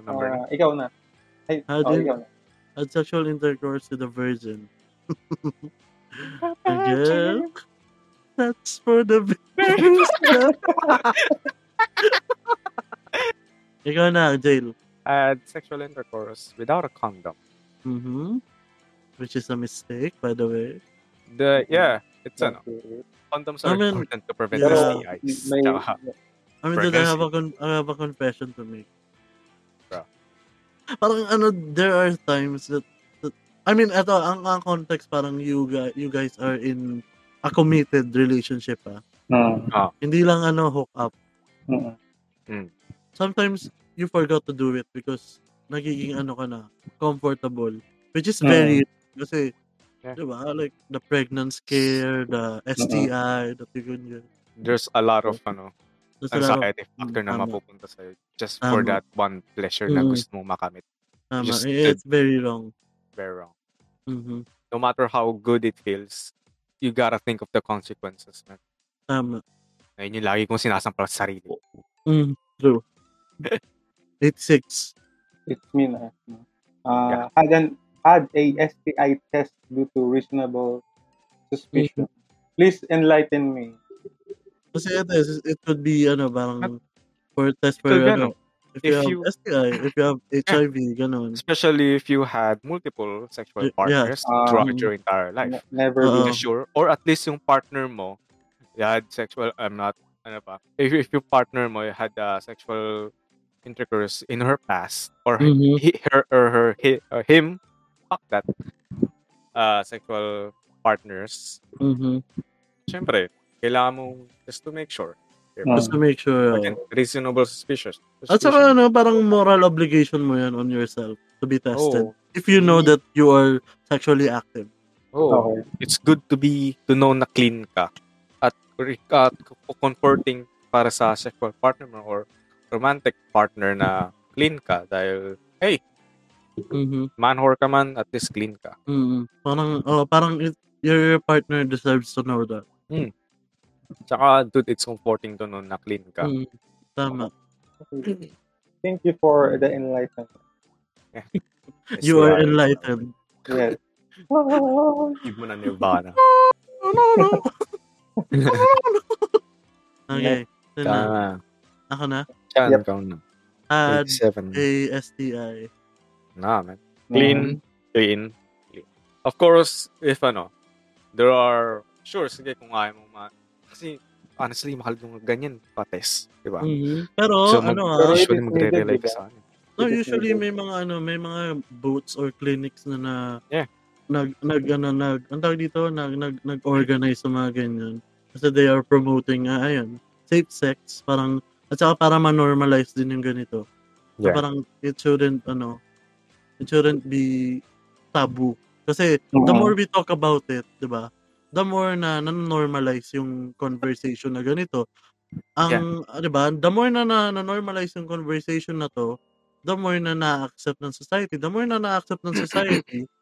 Number Ah, ikaw na. Ay, How oh, do- ikaw na. Had sexual intercourse with a virgin. Ah, I guess that's for the <laughs> <laughs> virgins. Ikaw na, jail. I had sexual intercourse without a condom. Mhm. Which is a mistake, by the way. The yeah, it's ano. Okay. Condoms are I mean, important to prevent yeah. STIs. may, Tsaka, I mean, dude, I have Pregnancy. a con- I have a confession to make. Bro. Parang ano, there are times that, that I mean, eto, ang, ang context parang you guys, you guys are in a committed relationship, ah. Mm, Hindi lang ano, hook up. mm, Sometimes, you forgot to do it because nagiging ano ka na, comfortable. Which is very, kasi, Yeah. di ba, like, the pregnant scare, the STI, that you can get. there's a lot of ano, There's a lot of- anxiety factor na tama. mapupunta sa'yo just for Tama. that one pleasure na Mm. gusto mong makamit. tama, just eh, it's very wrong. Very wrong. Mhm. No matter how good it feels, you gotta think of the consequences, man. Tama. Ngayon yung lagi kong sinasampal sa sarili. ko. Mm, true. 86. it's me na. Uh, Yeah. had, an, had a STI test due to reasonable suspicion. Mm-hmm. Please enlighten me. Kasi it is, it could be, ano, parang, for test for, Could be, ano, if, you if have you- STI, if you have HIV, ganun. Especially if you had multiple sexual Y- yeah. partners Ah. throughout your entire life. Ne- never Oo. do. Because sure or at least yung partner mo you had sexual I'm not ano pa if if your partner mo had uh, sexual intercourse in her past or Mhm. he, her or her he, or him fuck that uh, sexual partners Mm-hmm. Mhm. syempre kailangan mo just to make sure diba? Just to make sure. uh, Again, reasonable suspicious At saka, ano, parang moral obligation mo yan on yourself to be tested. oh, If you know that you are sexually active. oh Okay. it's good to be to know na clean ka at re- at comforting para sa sexual partner mo or romantic partner na clean ka dahil Mhm. man whore ka man at least clean ka Mhm. Parang, oh, parang it, your partner deserves to know that. Mm. tsaka dude it's comforting to know na clean ka Mhm. Tama. Thank you for the enlightenment. You are enlightened. Yes. Give mo na <laughs> nirvana. No, no, no. Okay. Yun Ka na. na. Ako na. Chan, Yep. ikaw na. Add 87. a STI. Na, man. <laughs> Mm. Clean. Clean. clean. Of course, if ano, there are, sure, sige kung ayaw mo ma... Kasi, honestly, mahal yung ganyan, pates. Di Mm. ba? Pero so, ano mag- ah, pero- usually it is magre-rely needed, ka diba? sa akin. no, usually may mga ano, may mga boots or clinics na na Yeah. nag nag ano nag ang tawag dito nag nag nag-organize sa mga ganyan kasi they are promoting ah, ayun safe sex parang at saka para ma-normalize din yung ganito So, Yeah. parang it shouldn't ano it shouldn't be taboo kasi the Mhm. more we talk about it 'di ba the more na na-normalize yung conversation na ganito ang ah, 'di ba the more na na- na-normalize yung conversation na to the more na na-accept ng society the more na na-accept ng society <clears throat>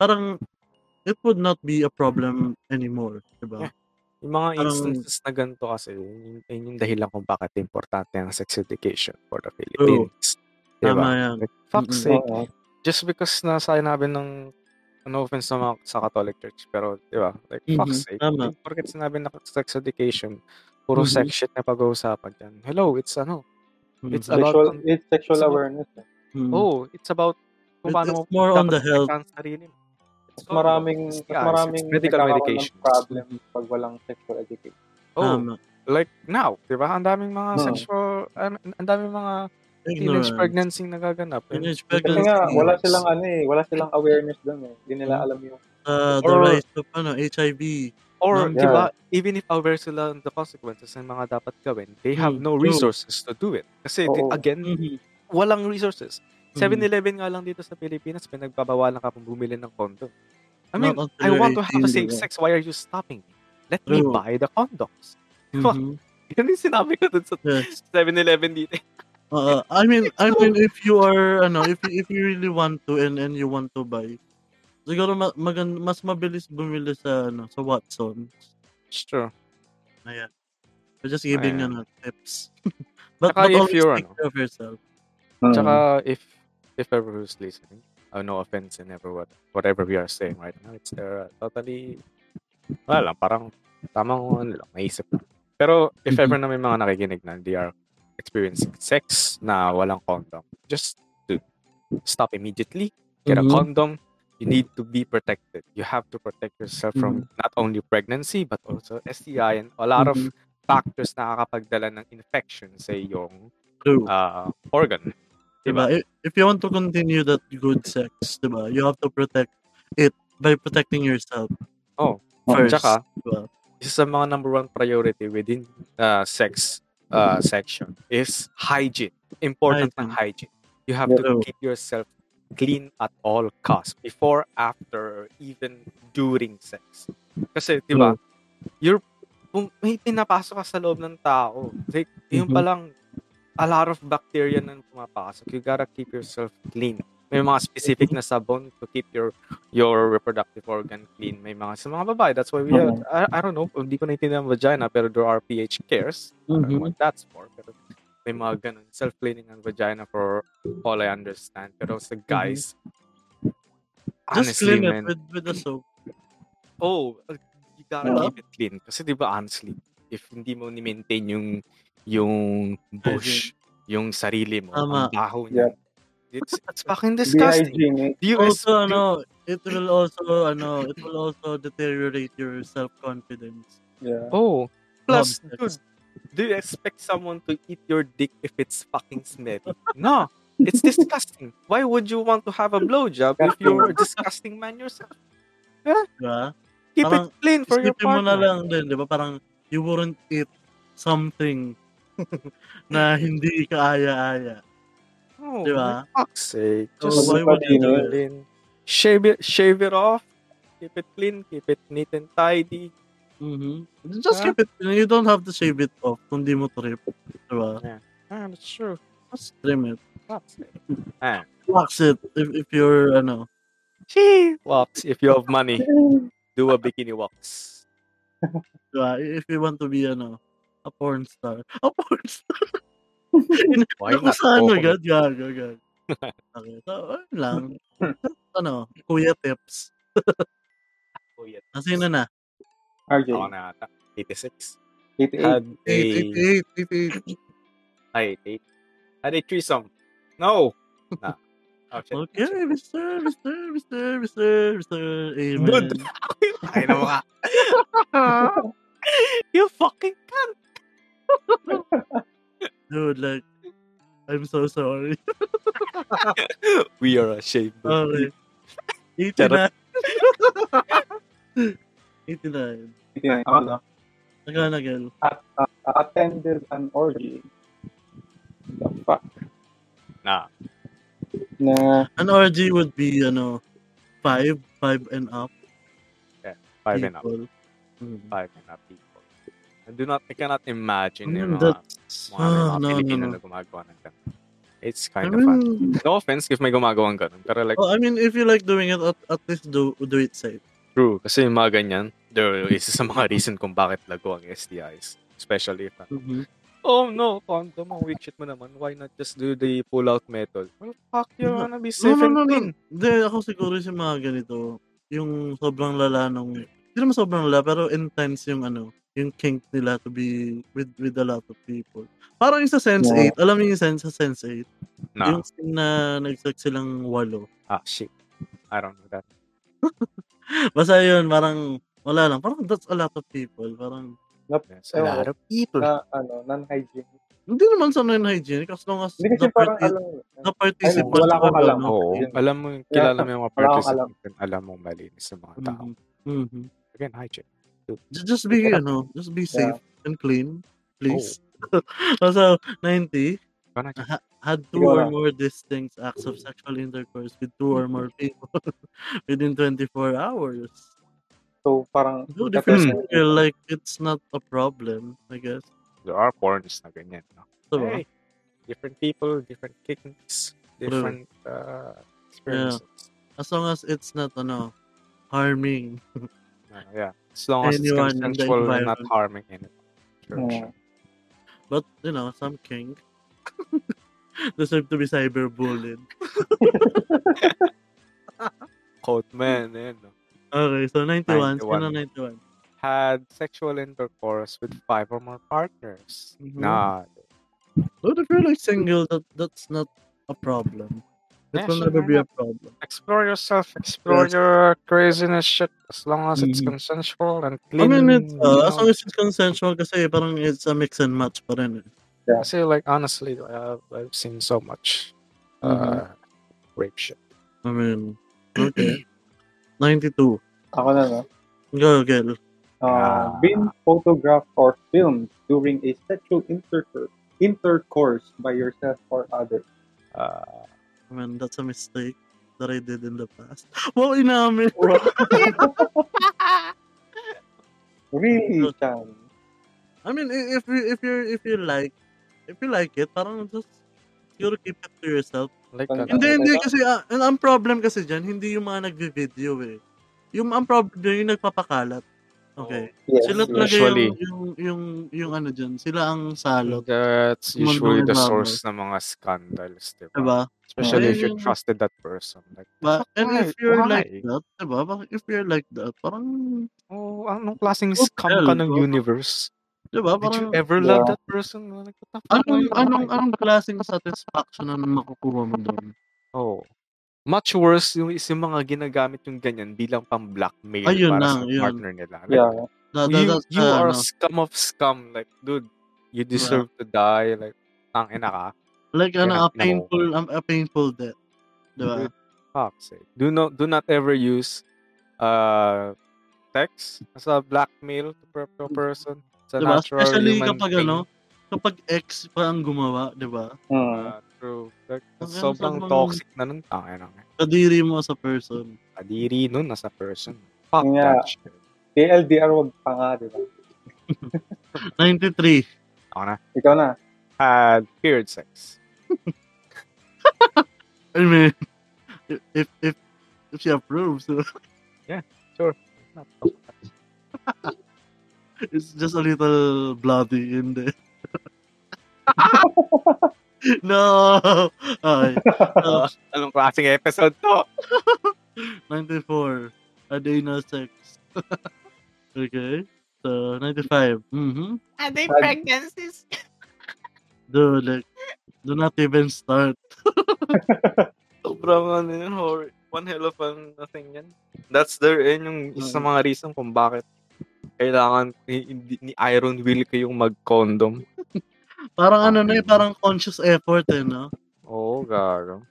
parang it would not be a problem anymore 'di ba Yung mga Parang- instances na ganito kasi, yun, yun yung dahilan kung bakit importante ang sex education for the Philippines. Di tama ba? yan Like, fuck's Mm-mm. sake. Just because na sinabi ng no offense sa mga sa Catholic Church, pero di ba? Like, fuck's Mhm, sake. tama. Like, Porket sinabi na sex education, puro Mhm. sex shit na pag-uusapan dyan. Hello, it's ano? It's Mhm. about... Sexual, con- it's sexual It's about- awareness. eh. Mm. oh, it's about kung It- paano mo it's more on dapat the health. protektahan ang sarili mo. It's hormones, Mas maraming, it's mas PIs, maraming Oh, it's medical nagkakaroon medication. ng problem pag walang sexual education. Oh, tama like now, di ba? Ang daming mga Hmm. sexual, an, ang daming mga teenage Ignorance. pregnancy nagaganap. And Teenage Kasi pregnancy. nga, Yes. wala Mm-hmm. silang ano eh, wala silang awareness doon eh. Hindi nila Mm. alam yung Uh, the Or- rise of ano, HIV. Or, Ng- di ba, even if aware sila ng the consequences ng mga dapat gawin, they have Mm, no true. Mm. resources to do it. Kasi, di- Oo. again, walang resources. 7-Eleven nga lang dito sa Pilipinas, pinagbabawalan ka pang bumili ng condom. I mean, Not until I want to you're have a 18, safe di ba? sex. Why are you stopping me? Let me True. buy the <laughs> condoms. Mhm. Fuck. Yan yung sinabi ko dun sa Yes. 7-Eleven dito. Uh, I mean, I mean if you are ano, if you, if you really want to and and you want to buy, siguro ma- magan- mas mabilis bumili sa ano, sa Watson. It's true. Ayan. I'm just giving Ayan. ano, tips. <laughs> but Tsaka but if always you're, take ano, care of yourself. Tsaka, if, if ever who's listening, uh, no offense in ever what, whatever we are saying right now, it's their uh, totally, wala lang, parang tamang ano lang, naisip lang. Pero, if ever na may mga nakikinig na they are experiencing sex na walang condom, just to stop immediately, get a Mhm. condom, you need to be protected. You have to protect yourself from not only pregnancy, but also STI and a lot Mhm. of factors na nakakapagdala ng infection sa iyong True. uh, organ. Diba? If, if you want to continue that good sex, diba, you have to protect it by protecting yourself. Oh. First. Tsaka, diba? isa sa mga number one priority within uh, sex uh, section is hygiene. Important ang hygiene. You have to Yeah. keep yourself clean at all costs. Before, after, or even during sex. Kasi, di ba, you're, kung may pinapasok ka sa loob ng tao, like, yun Mhm. palang, a lot of bacteria na pumapasok. You gotta keep yourself clean. May mga specific na sabon to keep your your reproductive organ clean. May mga sa mga babae. That's why we have, Mm-hmm. I, I don't know, hindi ko naintindihan ang vagina, pero there are pH cares. I don't know Mhm. what that's for. Pero may mga ganun. Self-cleaning ang vagina for all I understand. Pero sa guys, Mm-hmm. Just honestly, clean man, it with, with the soap. oh, you gotta Diba? keep it clean. Kasi di ba, honestly, if hindi mo ni-maintain yung yung bush, yung sarili mo, ang Tama. baho niya, it's, it's fucking Be disgusting. hygienic. Do you expect- also <laughs> ano it will also ano it will also deteriorate your self confidence Yeah. Oh, plus, Love dude, do you expect someone to eat your dick if it's fucking smelly? <laughs> No, it's disgusting. Why would you want to have a blowjob if you're a disgusting man yourself? diba? Keep Parang it clean for your isipin mo na partner. lang din diba parang you wouldn't eat something <laughs> na hindi kaaya-aya Oh, Diba? for fuck's sake. So, Just why would you do Pag-iinit. it? clean. Shave it, shave it off. Keep it clean. Keep it neat and tidy. Mhm. just Huh? keep it you don't have to shave it off kung di mo trip diba Ah, that's true. just trim it Fuck's sake. wax it if, if you're ano Gee, Walks. If you have money, do a bikini walks. <laughs> diba if you want to be ano a porn star a porn star Why Naku, not? sa ano, Oo. gag, gag, gag. Okay, so, ayun lang. ano, kuya tips. Kuya Kasi na na. RJ, Ako na ata. 86. 88. Had a... Ay, eight. Had a threesome. No! Nah. Oh, shit. Okay, Mr. Mr. Mr. Mr. Mr. Amen. Dude. Ay, na mo <laughs> ka. you fucking... Dude, like, I'm so sorry. <laughs> We are ashamed. Sorry. 89. Charot. <laughs> 89. 89. Ako na. Taga na, girl. uh, Attended an orgy. The fuck? Nah. Na, Mm-hmm. An orgy would be, ano, 5, 5 and up. Five and up. people. Mm. Five and up people. I do not... I cannot imagine yung Mm, mga... that's, Mga, ah, mga no, no, Pilipino no. Mm. na gumagawa ng ganun. It's I kind of fun. mean, No offense if may gumagawa ng ganun. Pero like, oh, I mean, if you like doing it, at, at least do do it safe. True, kasi yung mga ganyan, there isa sa mga <laughs> reason kung bakit lago ang STIs. Especially if, oh no, condom, ang weak shit mo naman, why not just do the pull-out method? Well, fuck, you No. wanna be No, safe no, no, and no. clean. Hindi, ako siguro yung mga ganito, yung sobrang lala nung, hindi naman sobrang lala, pero intense yung ano, yung kink nila to be with with a lot of people. Parang yung sa Sense Yeah. 8, alam niyo yung sense, sa Sense 8, No. yung scene na nag-sex silang walo. Nah, <laughs> Ah, shit. I don't know that. Basta yun, parang, wala lang, parang that's a lot of people, parang, There's a lot of people. na ano, non-hygienic. hindi naman sa non-hygienic, as long as Hindi kasi the parang parti- alam mo. the participant wala akong walo, alam. no? Oo, Yun. alam mo, kilala mo yung mga participants, alam. alam. alam mo malinis sa mga tao. Mhm. Mhm. Again, hi, Chet. Ju- Just be, you know, just be safe and clean, please. <laughs> also, 90, Parang, Ah. had two Ikaw or lang. more distinct acts of sexual intercourse with two or more people <laughs> within 24 hours. So, parang, Dude, if you Hmm. feel like it's not a problem, I guess. there are porns na ganyan. No? So, Hey, different people, different kinks, different uh, experiences. as long as it's not, ano, harming. Uh, yeah. As long as Anyone it's in the consensual and not environment. harming anyone. Sure, Yeah. sure. But, you know, some kink <laughs> deserve to be cyberbullied. Quote man, eh, no? Okay, so 91. 91. 91. 91. Had sexual intercourse with five or more partners. Mhm. Nah. Dude, if you're like single, that, that's not a problem. It Yeah, will sure, never why be a not? problem. Explore yourself. Explore Yes. Mm-hmm. your craziness shit. As long as it's Mhm. consensual and I clean. mean, it's, you uh, as know. long as it's consensual kasi parang it's a mix and match pa rin eh. Kasi, like, honestly, uh, I've seen so much uh, Mhm. rape shit. I mean, <clears throat> okay. 92. ako na, no? Go, girl. Uh, Ah. been photographed or filmed during a sexual intercourse intercourse by yourself or others. Uh, I mean, that's a mistake that I did in the past. <laughs> Wow, inamin! Really, Chan? <laughs> I mean, i- if you if you if you like if you like it, parang just siguro keep it to yourself. like, Ang ano, Hindi, Okay. hindi kasi ah, ang, ang problem kasi diyan, hindi yung mga nagvi-video eh. Yung ang problem dyan, yung nagpapakalat. Okay. Yes, Sila yes. talaga Usually. yung, yung yung yung ano diyan, sila ang salot, ano, that's Mandong usually the mama. source ng mga scandals, di 'di ba? ba? Especially if Ayun. you trusted that person. Like, diba? Ba, and if Why? you're Why? like that, 'di ba? Bak- If you're like that, parang oh, anong klaseng Oh, scam ka hell, ng bro. universe? 'di ba? Did you diba? Parang ever Yeah. love that person? Like, what the fuck are anong you- anong anong klaseng satisfaction ang makukuha mo doon? Oh. Much worse yung, is yung mga ginagamit yung ganyan bilang pang-blackmail para Ayun lang, sa yun. partner nila. Like, Yeah. Da, da, you, that's, you uh, are ano, Diba? scum of scum. Like, dude, you deserve to die. Like, tang ina ka. like ano, a Hirap na mo. painful um, a painful death. diba? 'Di ba? Dude, fuck's sake. Do not, do not ever use uh, text as a blackmail to per- to a person. It's a Diba? natural Especially human kapag thing. ano, kapag ex pa ang gumawa, diba? 'di ba? Mm. Ah, true. Like, Ang ganda sobrang sa mga- toxic na nun. Tangin na. Kadiri mo as a person. Kadiri nun nasa person. Fuck Yun nga. that shit. TLDR, wag pa nga, di ba? 93. Ako na. Ikaw na. Had period sex. <laughs> I mean, if if if, if she approves, <laughs> Not so much. it's just a little bloody in there. <laughs> No! uh, Okay. So, Anong klaseng episode to? 94. A day no sex. <laughs> okay. So, 95. Mm-hmm. Are they Bad. pregnancies? Dude, like, do not even start. Sobrang ano yun, horror. One hell of an thing yan. That's there, yun yung isa Mm. sa mga reason kung bakit kailangan ni, hindi- ni Iron Will kayong mag-condom. Parang ano na eh, parang conscious effort eh, no? Oo, oh, garo.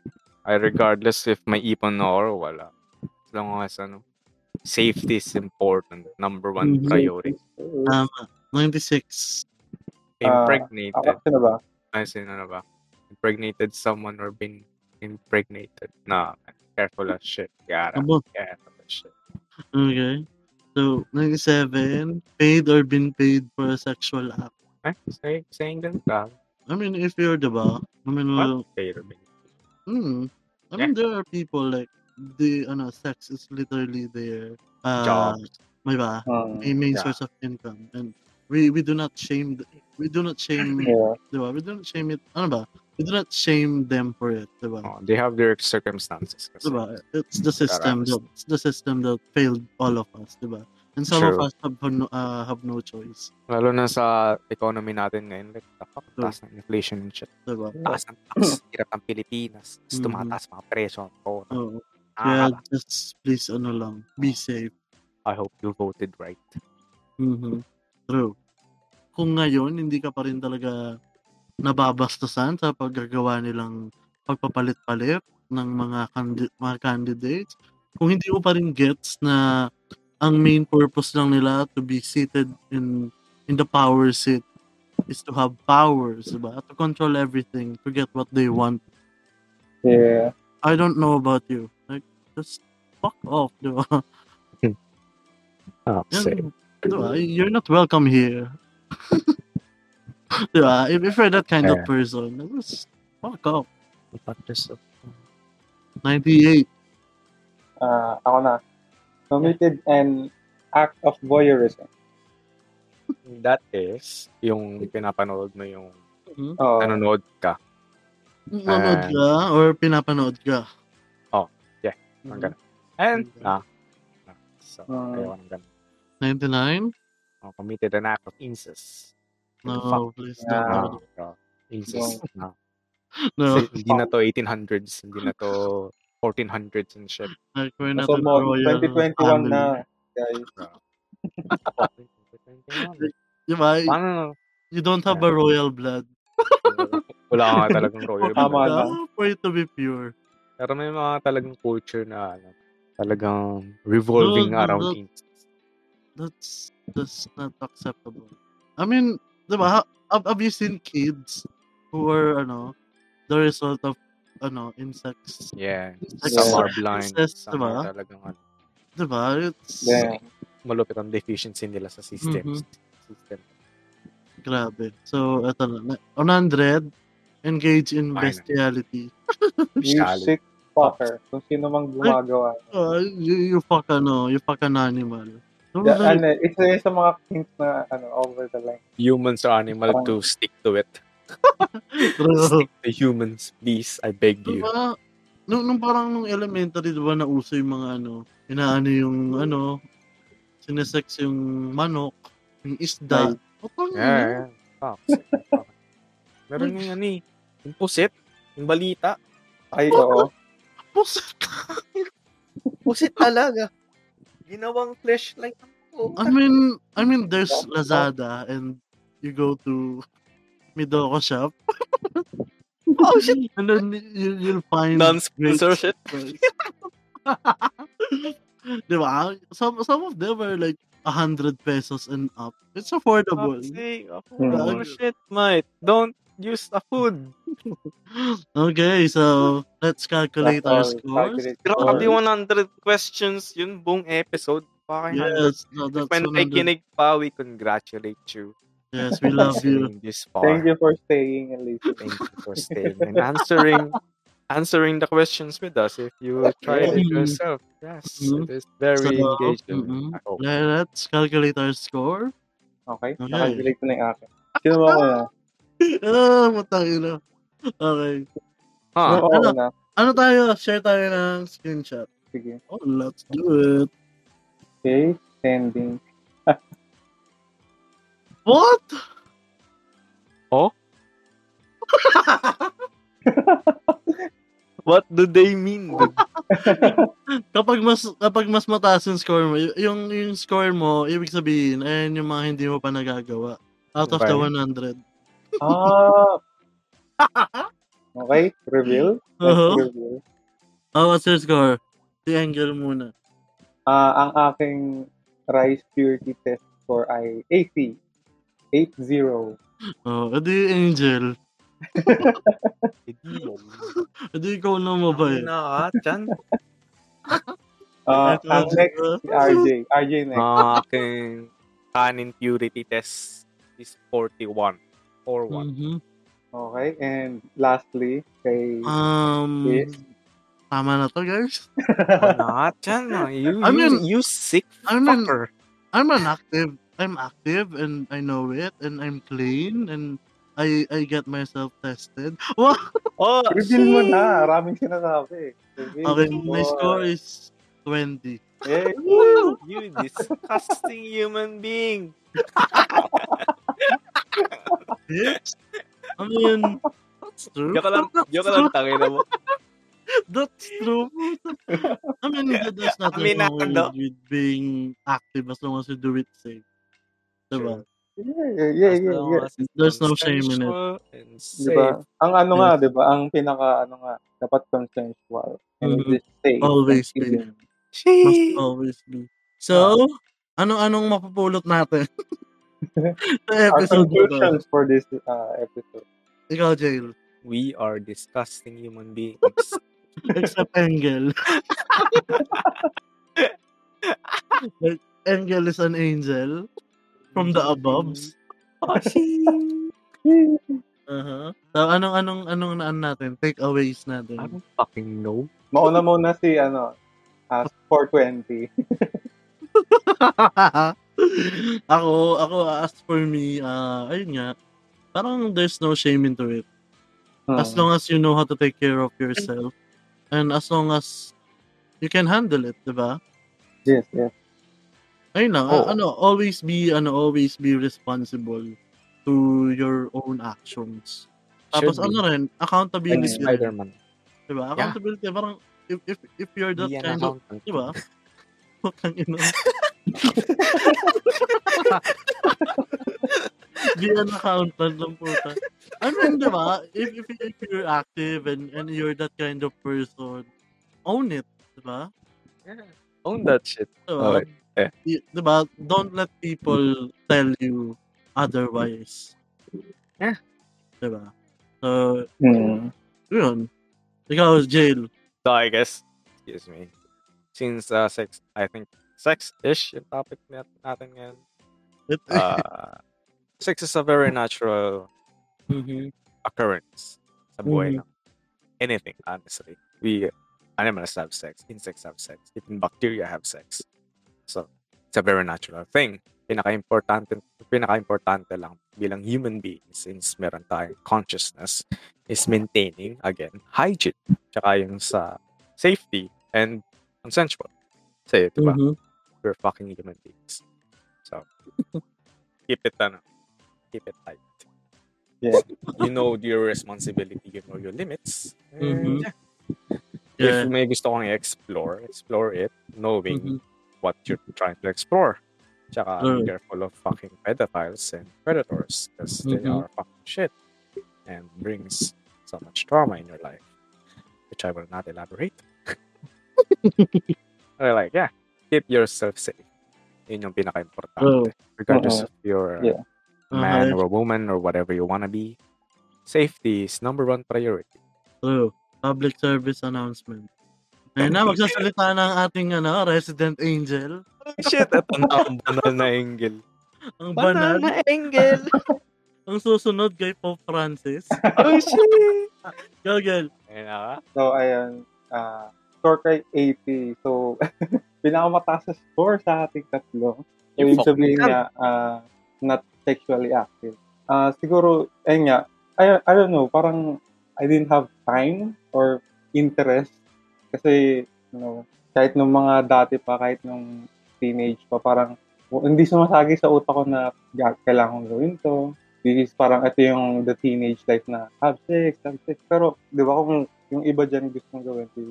I regardless if may ipon na or wala. As long as ano, safety is important. Number one Mhm. Mm-hmm. priority. Uh, Tama. 96. Ah, Impregnated. ako, sino ba? ay, sino na ba? Impregnated someone or been impregnated. Nah, careful as shit. Gara. Abo. Careful as shit. Okay. So, 97. Paid or been paid for a sexual act. Eh, say, saying ah. ganun ka. I mean, if you're, diba? I mean, Mm. well, Later, baby. Hmm. I mean, there are people like the ano, sex is literally their uh, Job. Mm, may ba? Hmm, A main Yeah. source of income, and we we do not shame th- we do not <laughs> shame yeah. diba? We do not shame it. Ano ba? We do not shame them for it, diba? Oh, they have their circumstances. kasi. Diba? It's the system Correct. that it's the system that failed all of us, diba? And some of True. us have no, uh, have no choice, Lalo na sa economy natin ngayon. Like, the fuck, True. Diba? taas ng inflation and shit. diba? Taas ng tax. Hirap ng Pilipinas. Tapos Mhm. tumataas mga presyo. Oh, Oo. ah, Kaya just please ano lang, be safe. I hope you voted right. Mhm. True. Kung ngayon, hindi ka pa rin talaga nababastusan sa paggagawa nilang pagpapalit-palit ng mga, candi- mga candidates, kung hindi mo pa rin gets na ang main purpose lang nila to be seated in in the power seat is to have powers, diba? To control everything, to get what they want. Yeah. I don't know about you. Like, just fuck off, diba? <laughs> Ah, say. Yan, diba? You're not welcome here. <laughs> diba? If, if you're that kind of person, just fuck off. But just, 98. Ah, ako na. Committed an act of voyeurism. <laughs> that is, yung pinapanood mo yung Mhm. Oh, nanonood ka. Nanonood ka or pinapanood ka? Oh, yeah. Ang ganun. And, ah, ah, so, Ah. ayaw ng ganun. 99? Oh, committed an act of incest. No, please Yeah. Ah, don't. bro. incest. No. No, Kasi Hindi na to 1800s. Hindi na to 1400s and shit. <laughs> like we're not so a mo, Ano royal 2021 family. na, guys. Oh. Diba? Paano? You don't have a royal blood. Wala ka nga talagang royal. Tama blood. lang. Diba? For it to be pure. Pero may mga talagang culture na ano, talagang revolving Dude, around dude. incest. That's that's not acceptable. I mean, diba, ha- have, have you seen kids who are, ano, the result of, ano, insects? Yeah. Like, Some so- are blind. incest, Some diba? are talagang ano, Diba? It's Then, malupit ang deficiency nila sa systems. System. grabe. So, eto na. na- 100, engage in Fine. bestiality. you Shallow. sick fucker. Kung sino mang gumagawa. Uh, you, you fuck, ano, you fuck an animal. So, The, like, ano, isa yun sa mga kinks na ano, over the line. Humans or animal to stick to it. bro, Stick to humans, please. I beg you. diba? Nung, nung parang nung elementary, diba, nauso yung mga, ano, inaano yung, ano, sinesex yung manok, yung isda. Putang ina. Yeah, yeah. Fuck. Fuck. Meron yung ano eh. Yung pusit. Yung balita. Ay, oo. Pusit. Pusit talaga. Ginawang flashlight ang puta. I mean, I mean, there's Lazada and you go to Midoko shop. Oh, shit. <laughs> And then you, you'll find Non-sponsor <laughs> shit. diba? Some, some of them are like 100 pesos and up. It's Oh, affordable. Hmm. Oh, shit, mate. Don't use the food. Okay, so let's calculate our That's all. scores. Calculate Grabe scores. 100 questions. Yun buong episode. Fucking Yes, no, that's 100. When 100. nakikinig pa, we congratulate you. Yes, we love you. Listening This far. Thank you for staying and listening. Thank you for staying and answering answering the questions with us if you tried it Mhm. yourself. Yes, Mhm. it is very So, engaging. mhm. I hope. Let's calculate our score. <laughs> Okay? Okay. Nakalculate ko na yung akin. Sino ba ako na? Ah, matang ina. Okay. Ha? Oo, Ano? na. Ano tayo? Share tayo ng screenshot. Sige. Oh, let's do it. Okay, sending. <laughs> What? What do they <laughs> mean? dude? Kapag mas kapag mas mataas yung score mo, y- yung yung score mo, ibig sabihin, ayan yung mga hindi mo pa nagagawa. Out of the Right. 100. Ah! <laughs> Okay, reveal. Let's Uh-huh. reveal. Oh, what's your score? Si Angel muna. Ah, ang aking rice purity test score ay 80. 80. Oh, edi Angel. Edi ikaw na eh? mabay. Na, chan. Ah, ang next si RJ. RJ next. Ang aking kanin purity test is 41. 41. Mhm. Okay, and lastly, kay... Um, Yes. tama na to, guys. Na, chan. ah. You, Mm-hmm. I mean- you, you sick I'm an, fucker. I'm an active, I'm active and I know it and I'm clean and I I get myself tested. Wow. Oh, Reveal mo na. Maraming sinasabi. Reveal Okay, mo. my score is 20. Eh, you disgusting human being. Bitch. <laughs> I mean, that's true. Joke lang, joke lang, tangin <laughs> mo. <laughs> That's true. I mean, ano? that- there's nothing wrong with, Aminado. with being active as long as you do it safe. Diba? yeah, yeah, yeah, yeah. There's no shame in it. Diba? Ang ano nga, diba? Ang pinaka, ano nga, dapat consensual. And Mhm. just safe. Always Thank be. you. Must always be. So, Ah. ano-anong mapupulot <laughs> natin? Sa Our episode na to. conclusions for this uh, episode. Ikaw, Jail. We are disgusting human beings. <laughs> Except Engel. like, Engel is an angel from the aboves. Uh-huh. So, anong, anong, anong naan natin? Takeaways natin. <laughs> I don't fucking know. Mauna muna si, ano, uh, 420. ako, ako, as for me, ah, ayun nga, parang there's no shame into it. <laughs> Ah. As long as you know how to take care of yourself, and as long as you can handle it, di ba? Yes, yes. Ayun lang, Oo. ano, always be, ano, always be responsible to your own actions. Tapos Should be. ano rin, Like accountability. rin, Spider-Man. Di ba? Accountability, parang, if, if, if you're that Be an kind of, accountant. di <laughs> ba? Putang ina. Be an accountant ng puta. I mean, di ba? If, if, if you're active and, and you're that kind of person, own it, di ba? Own that shit. Diba? Okay. Eh. Y- diba? Don't let people tell you otherwise. Yeah. Diba? So, Mm. yun. Ikaw, jail. So I guess, excuse me. Since uh, sex, I think sex-ish yung topic nat- natin <laughs> ngayon. It, <laughs> Uh, sex is a very natural Mhm. occurrence sa buhay Mhm. lang. Anything, honestly. We animals have sex, insects have sex, even bacteria have sex. So, it's a very natural thing. Pinaka-importante, pinaka-importante lang bilang human beings since meron tayong consciousness is maintaining, again, hygiene. Tsaka yung sa safety and consensual. Sa'yo, di ba? Mhm. We're fucking human beings. So, keep it, ano, keep it tight Yeah. you know your responsibility, you know your limits. And Mhm. yeah, Yeah. If may gusto kong explore, explore it knowing Mhm. what you're trying to explore. Tsaka Mm. be careful of fucking pedophiles and predators because they Mhm. are fucking shit and brings so much trauma in your life, which I will not <laughs> elaborate. Or like, yeah, keep yourself safe. Yun yung pinaka-importante. Regardless Oo. of your uh, Yeah. Ah, man Okay. or woman or whatever you want to be, safety is number one priority. True. Public service announcement. Ayun na, magsasalita na ang ating ano, resident angel. <laughs> Shit, at ang ang <laughs> banal na angle. Ang Banal banal. na <laughs> angle. Ang susunod kay Pope Francis. oh, shit. Go, girl. Ayun na ka? So, ayan. Uh, score kay 80. So, <laughs> pinakamataas na score sa ating tatlo. So, Yung ibig sabihin niya, uh, not sexually active. Ah, siguro, ayun nga, I, I don't know, parang I didn't have time or interest. Kasi, you know, kahit nung mga dati pa, kahit nung teenage pa, parang w- hindi sumasagi sa utak ko na "Ga- kailangan kong gawin to. This is parang ito yung the teenage life na have sex, have sex. Pero, di ba kung yung iba dyan gusto mong gawin, di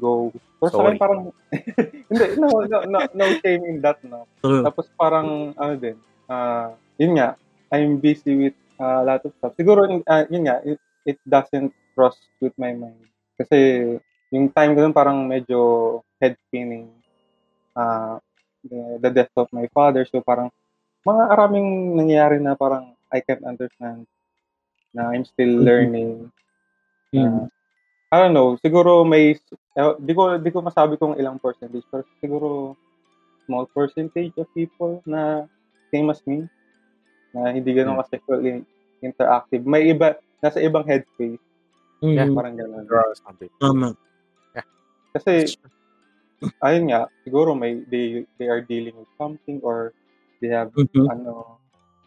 go. Pero sa akin Sorry. parang, <laughs> hindi, no, no, no, no shame in that, no. True. Tapos parang, ano din, ah, yun nga, I'm busy with ah, a lot of stuff. Siguro, ah, yun nga, it, it doesn't cross with my mind. Kasi, yung time ko nun parang medyo head spinning. Ah, the, the death of my father. So parang, mga araming nangyayari na parang I can't understand na I'm still learning. Ah, I don't know, siguro may, eh, di ko, di ko masabi kung ilang percentage, pero siguro small percentage of people na same as me na hindi ganun ka sexually interactive. May iba, nasa ibang headspace. Yeah. Parang ganun. Mm-hmm. Tama. Kasi, ayun nga, siguro may, they, they are dealing with something or they have, Mhm. ano,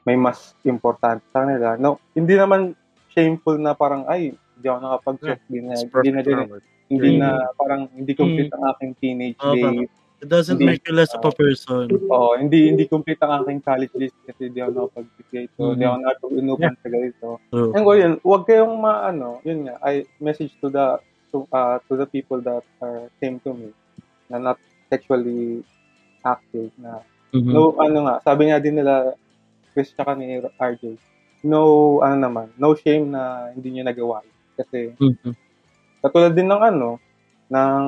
may mas importante sa nila. No, hindi naman shameful na parang, ay, hindi ako nakapag-sex, hindi na, hindi na, ganun. hindi na, parang, hindi complete ang aking teenage Oo, days. It doesn't Hindi. make you less Ah. of a person. Oo, hindi hindi complete ang aking college list kasi di ako nakapag-create. So, di ako nakapag-inupan sa ganito. True. Ayun ko yun, huwag kayong maano, yun nga, I message to the to, uh, to the people that are came to me na not sexually active na Mhm. no ano nga, sabi nga din nila Chris tsaka ni RJ, no ano naman, no shame na hindi niyo nagawa. Kasi Mhm. Mm-hmm. katulad din ng ano, ng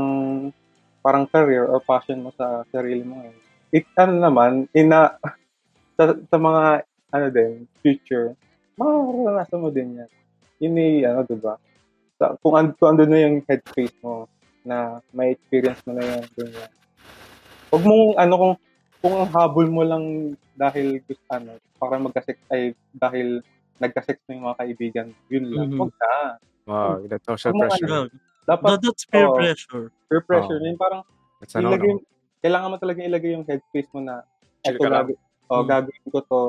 parang career or passion mo sa sarili mo ngayon. It ano naman, ina <laughs> sa, sa mga ano din, future, mararanasan mo din yan. Yun eh, ano, di ba? Sa, kung, and, kung andun na yung headspace mo na may experience mo na yan, ganyan. Huwag mong, ano, kung, kung ang habol mo lang dahil gusto, ano, para magkasex, ay, dahil nagkasex na yung mga kaibigan, yun lang. Mhm. Huwag na. Wow, that social Kung mga pressure. Yeah. Dapat But that's peer Oo. pressure. peer pressure na yun, parang That's ano, ilagay, no? kailangan mo talaga ilagay yung headspace mo na Chill eto ka lang. gag- oh, Mm. gagawin ko to,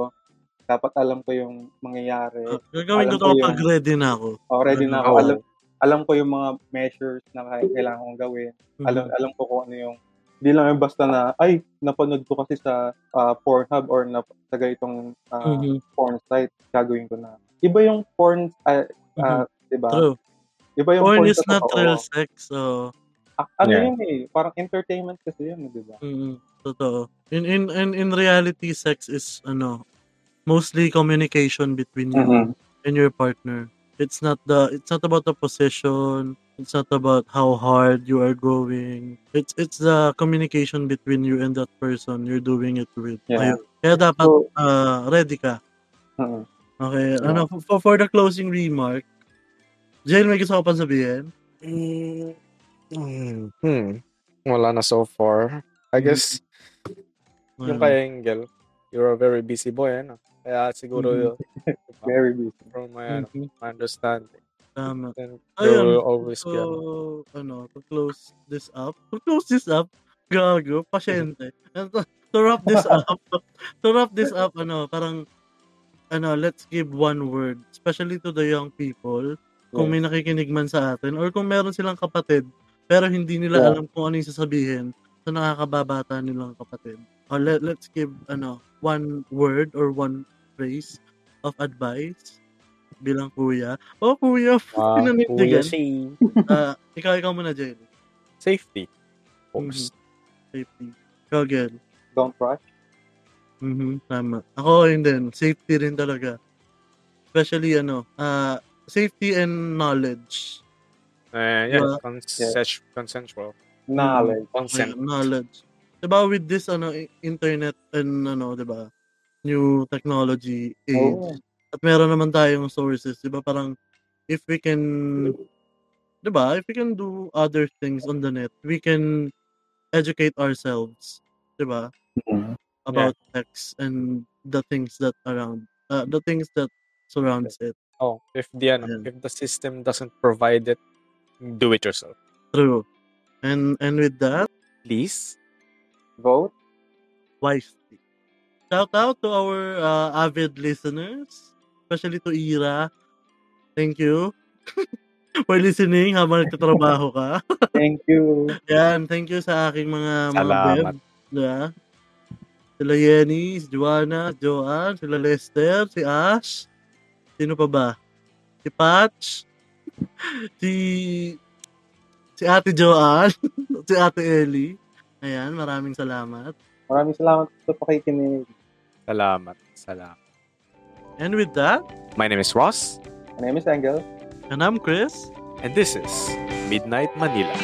dapat alam ko yung mangyayari. Uh, Gagawin ko Alam to ko yun. kapag ready na ako. Already na ako, Oo. alam, alam ko yung mga measures na kai- kailangan kong gawin. Mhm. Alam, alam ko kung ano yung hindi lang yung basta na, ay, napanood ko kasi sa ah, Pornhub or na, sa ganitong ah, Mhm. porn site, gagawin ko na. Iba yung porn, ah, ah, diba? Mm-hmm. True. Iba yung Porn porn is sa not totoo. real sex, so... Ah, ano Yeah. yun eh, parang entertainment kasi yun, eh, di ba? Mm, totoo. In, in in in reality sex is ano mostly communication between you Mm-hmm. and your partner. It's not the it's not about the position, it's not about how hard you are going. It's it's the communication between you and that person you're doing it with. Yeah. Ayun. Kaya dapat So, ah, ready ka. mhm. Okay, ano for, for the closing remark, Jane, may gusto ka pa sabihin? Hmm. hmm. Wala na so far. I guess, yung Ayun. kay Engel, you're a very busy boy, ano? Kaya siguro, Mhm. diba, very busy. from my, ano, Mhm. my understanding, Tama. then there Ayun. will always be, ano, So, ano, to close this up. To close this up, gago, pasyente. And to, to wrap this up, to wrap this up, ano, parang, ano, let's give one word, especially to the young people, kung may nakikinig man sa atin, or kung meron silang kapatid, pero hindi nila Yeah. alam kung ano yung sasabihin sa nakakababata nilang kapatid. Or let, let's give, ano, one word or one phrase of advice bilang kuya. Oh, kuya, ah, pinanindigan. si Ah, ikaw, ikaw muna, Jane. safety. Of course. Hmm. Safety. Ikaw, Gel. Don't rush. Mhm, tama. Ako, yun din. Safety rin talaga. Especially, ano, ah, safety and knowledge. Eh, yeah, Diba? consensual. consensual. Knowledge. Consent. Ayun, knowledge. Diba, with this, ano, i- internet and, ano, diba, new technology age. Oo. At meron naman tayong sources, diba, parang, if we can, diba, if we can do other things on the net, we can educate ourselves. Diba? about sex and the things that around uh, the things that surrounds it Oh, if the ano, Ayun. if the system doesn't provide it, do it yourself. true and and with that Please. Vote. wisely shout out to our uh, avid listeners Especially to Ira. Thank you. <laughs> for listening habang nagtatrabaho ka. Thank you. Yan, thank you sa aking mga mga Salamat. beb. Diba? Sila Yenny, si Juana, si Joanne, sila Lester, si Ash. Sino pa ba? Si Patch. <laughs> si si Ate Joanne, <laughs> si Ate Ellie. Ayan, maraming salamat. Maraming salamat sa pakikinig. Salamat. Salamat. And with that, My name is Ross, My name is Angel. and I'm Chris. and this is Midnight Manila.